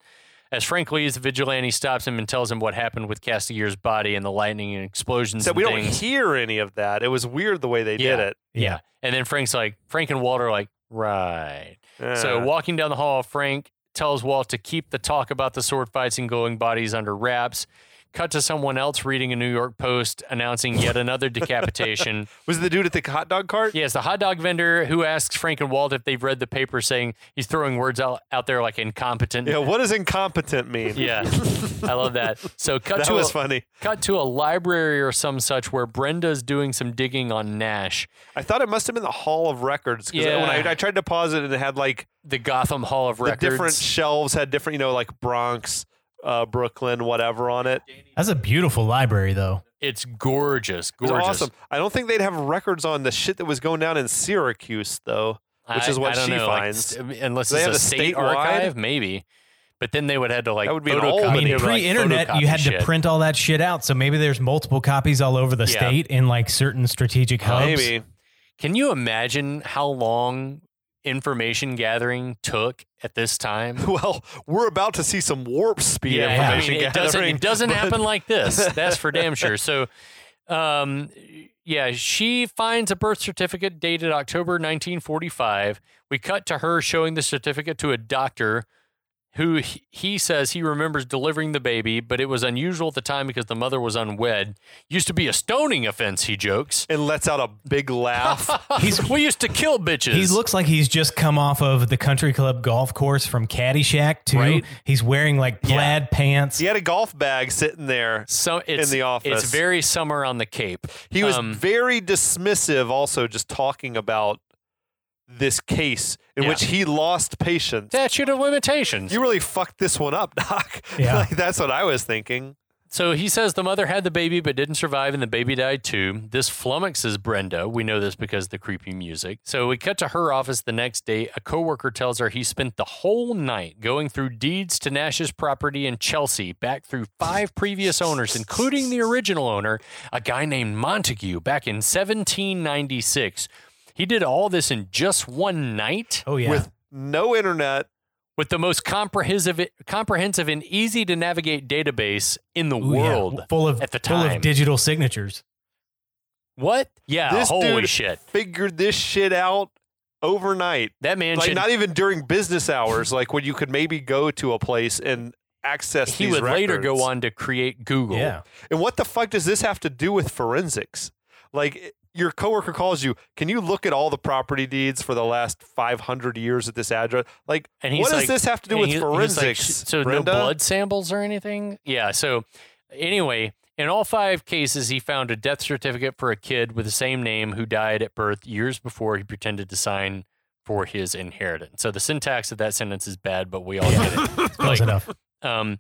Speaker 2: As Frank leaves, the vigilante stops him and tells him what happened with Castigear's body and the lightning and explosions.
Speaker 1: So
Speaker 2: and
Speaker 1: we don't
Speaker 2: things.
Speaker 1: hear any of that. It was weird the way they did
Speaker 2: Yeah.
Speaker 1: it.
Speaker 2: Yeah. And then Frank's like, Frank and Walter are like, right. So
Speaker 1: Yeah.
Speaker 2: walking down the hall, Frank tells Walt to keep the talk about the sword fights and glowing bodies under wraps. Cut to someone else reading a New York Post announcing yet another decapitation.
Speaker 1: was it the dude at the hot dog cart?
Speaker 2: Yes, the hot dog vendor who asks Frank and Walt if they've read the paper saying he's throwing words out, out there like incompetent.
Speaker 1: Yeah, what does incompetent mean?
Speaker 2: Yeah. I love that. So cut
Speaker 1: that
Speaker 2: to
Speaker 1: was
Speaker 2: a,
Speaker 1: funny.
Speaker 2: cut to a library or some such where Brenda's doing some digging on Nash,
Speaker 1: I thought it must have been the Hall of Records because when
Speaker 2: Yeah.
Speaker 1: I, I tried to pause it and it had like
Speaker 2: the Gotham Hall of Records.
Speaker 1: the different shelves had different, you know, like Bronx, uh, Brooklyn, whatever on it.
Speaker 4: That's a beautiful library, though.
Speaker 2: it's gorgeous,
Speaker 1: It was
Speaker 2: gorgeous.
Speaker 1: awesome. I don't think they'd have records on the shit that was going down in Syracuse though, which
Speaker 2: I-
Speaker 1: is what
Speaker 2: I don't
Speaker 1: she
Speaker 2: know, like,
Speaker 1: finds.
Speaker 2: st- unless
Speaker 1: They
Speaker 2: it's
Speaker 1: have
Speaker 2: a
Speaker 1: a
Speaker 2: state
Speaker 1: statewide?
Speaker 2: archive, maybe. But then they would had to like
Speaker 1: That would be an old
Speaker 2: photocopy.
Speaker 1: I mean,
Speaker 2: they would, like,
Speaker 4: pre-internet, you
Speaker 2: photocopy
Speaker 4: had
Speaker 2: shit.
Speaker 4: to print all that shit out. So maybe there's multiple copies all over the
Speaker 2: Yeah.
Speaker 4: state in like certain strategic hubs.
Speaker 1: Maybe
Speaker 2: Can you imagine how long information gathering took at this time?
Speaker 1: well, we're about to see some warp speed
Speaker 2: I
Speaker 1: information
Speaker 2: mean, it doesn't,
Speaker 1: gathering.
Speaker 2: it doesn't
Speaker 1: but-
Speaker 2: happen like this. That's for damn sure. So, um, yeah, she finds a birth certificate dated October 1945. We cut to her showing the certificate to a doctor who he- he says he remembers delivering the baby, but it was unusual at the time because the mother was unwed. Used to be a stoning offense, he jokes.
Speaker 1: and lets out a big laugh.
Speaker 2: we used to kill bitches.
Speaker 4: He looks like he's just come off of the country club golf course from Caddyshack too.
Speaker 2: Right.
Speaker 4: He's wearing like plaid pants.
Speaker 1: he had a golf bag sitting there.
Speaker 2: so it's,
Speaker 1: the office.
Speaker 2: It's very summer on the Cape.
Speaker 1: He was
Speaker 2: Um,
Speaker 1: very dismissive, also just talking about this case in
Speaker 2: Yeah.
Speaker 1: which he lost patience.
Speaker 2: Statute of limitations.
Speaker 1: You really fucked this one up, Doc.
Speaker 4: Yeah.
Speaker 1: like, that's what I was thinking.
Speaker 2: So he says the mother had the baby but didn't survive, and the baby died too. This flummoxes Brenda. We know this because of the creepy music. So we cut to her office the next day. A coworker tells her he spent the whole night going through deeds to Nash's property in Chelsea, back through five previous owners, including the original owner, a guy named Montague, back in 1796. He did all this in just one night
Speaker 4: Oh yeah.
Speaker 1: With no internet,
Speaker 2: with the most comprehensive, comprehensive and easy to navigate database in the
Speaker 4: Ooh, yeah.
Speaker 2: world.
Speaker 4: Full of
Speaker 2: at the
Speaker 4: full
Speaker 2: time.
Speaker 4: of digital signatures.
Speaker 2: What? Yeah,
Speaker 1: This
Speaker 2: holy
Speaker 1: dude-
Speaker 2: shit.
Speaker 1: figured this shit out overnight.
Speaker 2: That man
Speaker 1: like,
Speaker 2: should
Speaker 1: not even during business hours, like when you could maybe go to a place and access
Speaker 2: he
Speaker 1: these
Speaker 2: would later go
Speaker 1: records.
Speaker 2: on to create Google.
Speaker 4: Yeah.
Speaker 1: And what the fuck does this have to do with forensics? Like i- your coworker calls you, can you look at all the property deeds for the last 500 years at this address? Like,
Speaker 2: And he's
Speaker 1: what
Speaker 2: like-
Speaker 1: does this have to do
Speaker 2: and
Speaker 1: with
Speaker 2: he- he's like,
Speaker 1: forensics?
Speaker 2: "Sh- so
Speaker 1: Brenda?
Speaker 2: no blood samples or anything? Yeah. So anyway, in all five cases, he found a death certificate for a kid with the same name who died at birth years before he pretended to sign for his inheritance. So the syntax of that sentence is bad, but we all get it.
Speaker 4: Close enough.
Speaker 2: Um,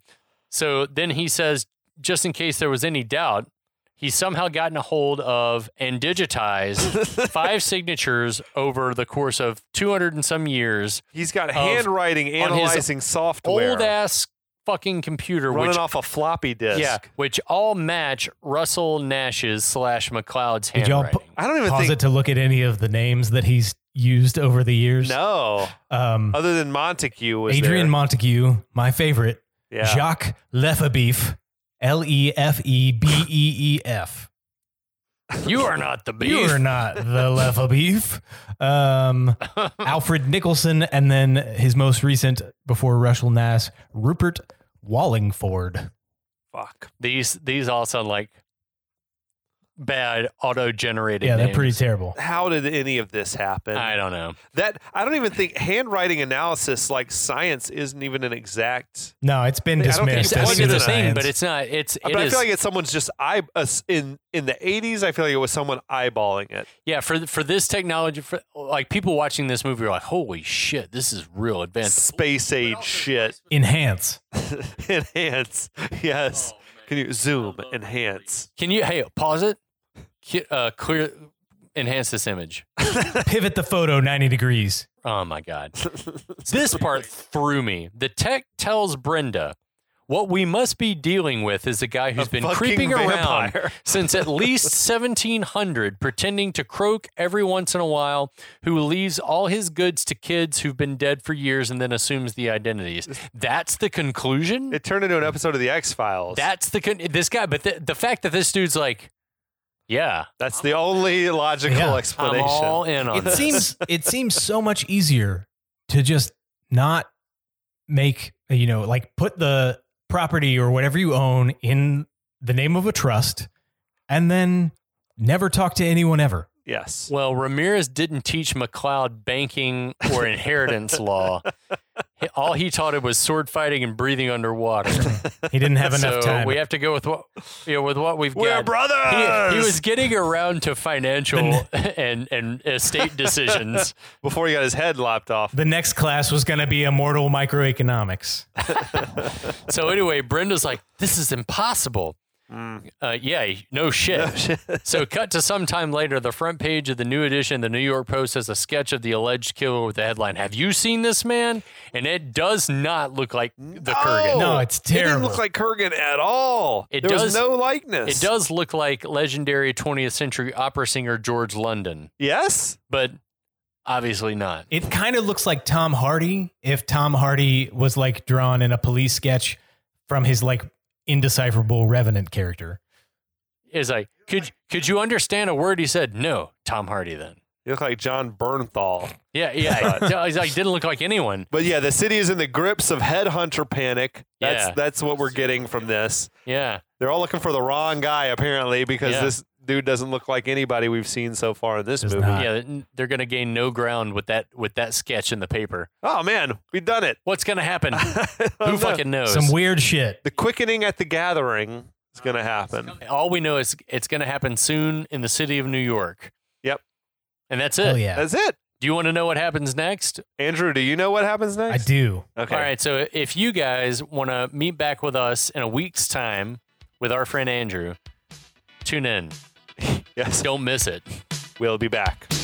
Speaker 2: so then he says, just in case there was any doubt, he's somehow gotten a hold of and digitized five signatures over the course of 200 and some years.
Speaker 1: He's got handwriting
Speaker 2: on his
Speaker 1: analyzing software.
Speaker 2: Old ass fucking computer,
Speaker 1: running
Speaker 2: which.
Speaker 1: off a floppy disk.
Speaker 2: Yeah, which all match Russell Nash's slash McLeod's
Speaker 4: Did y'all
Speaker 2: handwriting.
Speaker 1: I don't even
Speaker 4: Pause it
Speaker 1: think.
Speaker 4: to look at any of the names that he's used over the years.
Speaker 1: No.
Speaker 4: Um,
Speaker 1: Other than Montague was there.
Speaker 4: Adrian Montague, my favorite.
Speaker 1: yeah.
Speaker 4: Jacques Lefebvre, L E F E B E E F.
Speaker 2: you are not the beef.
Speaker 4: You are not the Lefebvre. Um, Alfred Nicholson, and then his most recent before Russell Nass, Rupert Wallingford.
Speaker 1: Fuck.
Speaker 2: these these all sound like bad auto generated.
Speaker 4: Yeah, they're pretty terrible.
Speaker 1: How did any of this happen?
Speaker 2: I don't know.
Speaker 1: that I don't even think handwriting analysis, like science, isn't even an exact.
Speaker 4: No, it's been
Speaker 1: I don't think
Speaker 4: dismissed.
Speaker 1: it's
Speaker 4: as
Speaker 2: Well, it's a thing,
Speaker 4: pseudoscience.
Speaker 2: but it's not. It's it
Speaker 1: Uh, but I
Speaker 2: is-
Speaker 1: feel like it's someone's just eye us- in in the eighties. I feel like it was someone eyeballing it.
Speaker 2: Yeah, for for this technology, for like people watching this movie are like, "Holy shit, this is real advanced."
Speaker 1: Space age shit.
Speaker 4: enhance.
Speaker 1: enhance. Yes. Can you zoom? Enhance.
Speaker 2: Can you hey pause it? Ki- Uh, clear, enhance this image.
Speaker 4: Pivot the photo 90 degrees.
Speaker 2: Oh my god, this part threw me. The tech tells Brenda. What we must be dealing with is a guy who's
Speaker 1: A
Speaker 2: been
Speaker 1: fucking
Speaker 2: creeping around
Speaker 1: vampire."
Speaker 2: since at least 1700, pretending to croak every once in a while, who leaves all his goods to kids who've been dead for years and then assumes the identities. That's the conclusion?
Speaker 1: It turned into an episode of the X Files.
Speaker 2: That's the con- this guy, but the, the fact that this dude's like, yeah,
Speaker 1: That's the only logical
Speaker 4: Yeah. I'm
Speaker 1: explanation.
Speaker 2: I'm all in on
Speaker 4: It
Speaker 2: this.
Speaker 4: seems it seems so much easier to just not make, you know, like put the property or whatever you own in the name of a trust and then never talk to anyone ever.
Speaker 1: Yes.
Speaker 2: Well, Ramirez didn't teach McLeod banking or inheritance law. He- All he taught him was sword fighting and breathing underwater.
Speaker 4: He didn't have
Speaker 2: so
Speaker 4: enough time.
Speaker 2: we have to go with what you know, with what we've
Speaker 1: We're
Speaker 2: got. He,
Speaker 1: brothers.
Speaker 2: he was getting around to financial and and estate decisions.
Speaker 1: before he got his head lopped off.
Speaker 4: the next class was going to be immortal microeconomics.
Speaker 2: So anyway, Brenda's like, "This is impossible." Uh, yeah, no shit. so cut to some time later, the front page of the new edition, of the New York Post, has a sketch of the alleged killer with the headline, "Have you seen this man?" And it does not look like the Kurgan.
Speaker 4: No, it's
Speaker 1: It didn't
Speaker 4: terrible.
Speaker 1: look like Kurgan at all.
Speaker 2: It
Speaker 1: there
Speaker 2: does-
Speaker 1: was no likeness.
Speaker 2: It does look like legendary 20th century opera singer George London,
Speaker 1: Yes.
Speaker 2: but obviously not.
Speaker 4: It kind of looks like Tom Hardy if Tom Hardy was like drawn in a police sketch from his like indecipherable revenant character.
Speaker 2: It's like, could could you understand a word he said? No, Tom Hardy. Then,
Speaker 1: You look like John Bernthal.
Speaker 2: yeah, yeah. He's like, didn't look like anyone.
Speaker 1: But yeah, the city is in the grips of headhunter panic. That's
Speaker 2: Yeah.
Speaker 1: that's what we're getting from this.
Speaker 2: Yeah.
Speaker 1: They're all looking for the wrong guy apparently because
Speaker 2: Yeah.
Speaker 1: this dude doesn't look like anybody we've seen so far in this
Speaker 4: Does
Speaker 1: movie.
Speaker 4: not.
Speaker 2: yeah, n- they're going to gain no ground with that with that sketch in the paper.
Speaker 1: Oh man, we've done it.
Speaker 2: What's going to happen?
Speaker 1: Oh, no.
Speaker 2: Who fucking knows?
Speaker 4: Some weird shit.
Speaker 1: The quickening at the gathering is
Speaker 2: Oh,
Speaker 1: going to happen.
Speaker 2: All we know is it's going to happen soon in the city of New York.
Speaker 1: Yep.
Speaker 2: And that's
Speaker 4: Hell
Speaker 2: it.
Speaker 4: yeah.
Speaker 1: That's it.
Speaker 2: Do you want to know what happens next?
Speaker 1: Andrew, do you know what happens
Speaker 4: I
Speaker 1: next?
Speaker 4: do.
Speaker 1: Okay.
Speaker 2: All right, so if you guys want to meet back with us in a week's time with our friend Andrew, tune in.
Speaker 1: Yes.
Speaker 2: Don't miss it.
Speaker 1: We'll be back.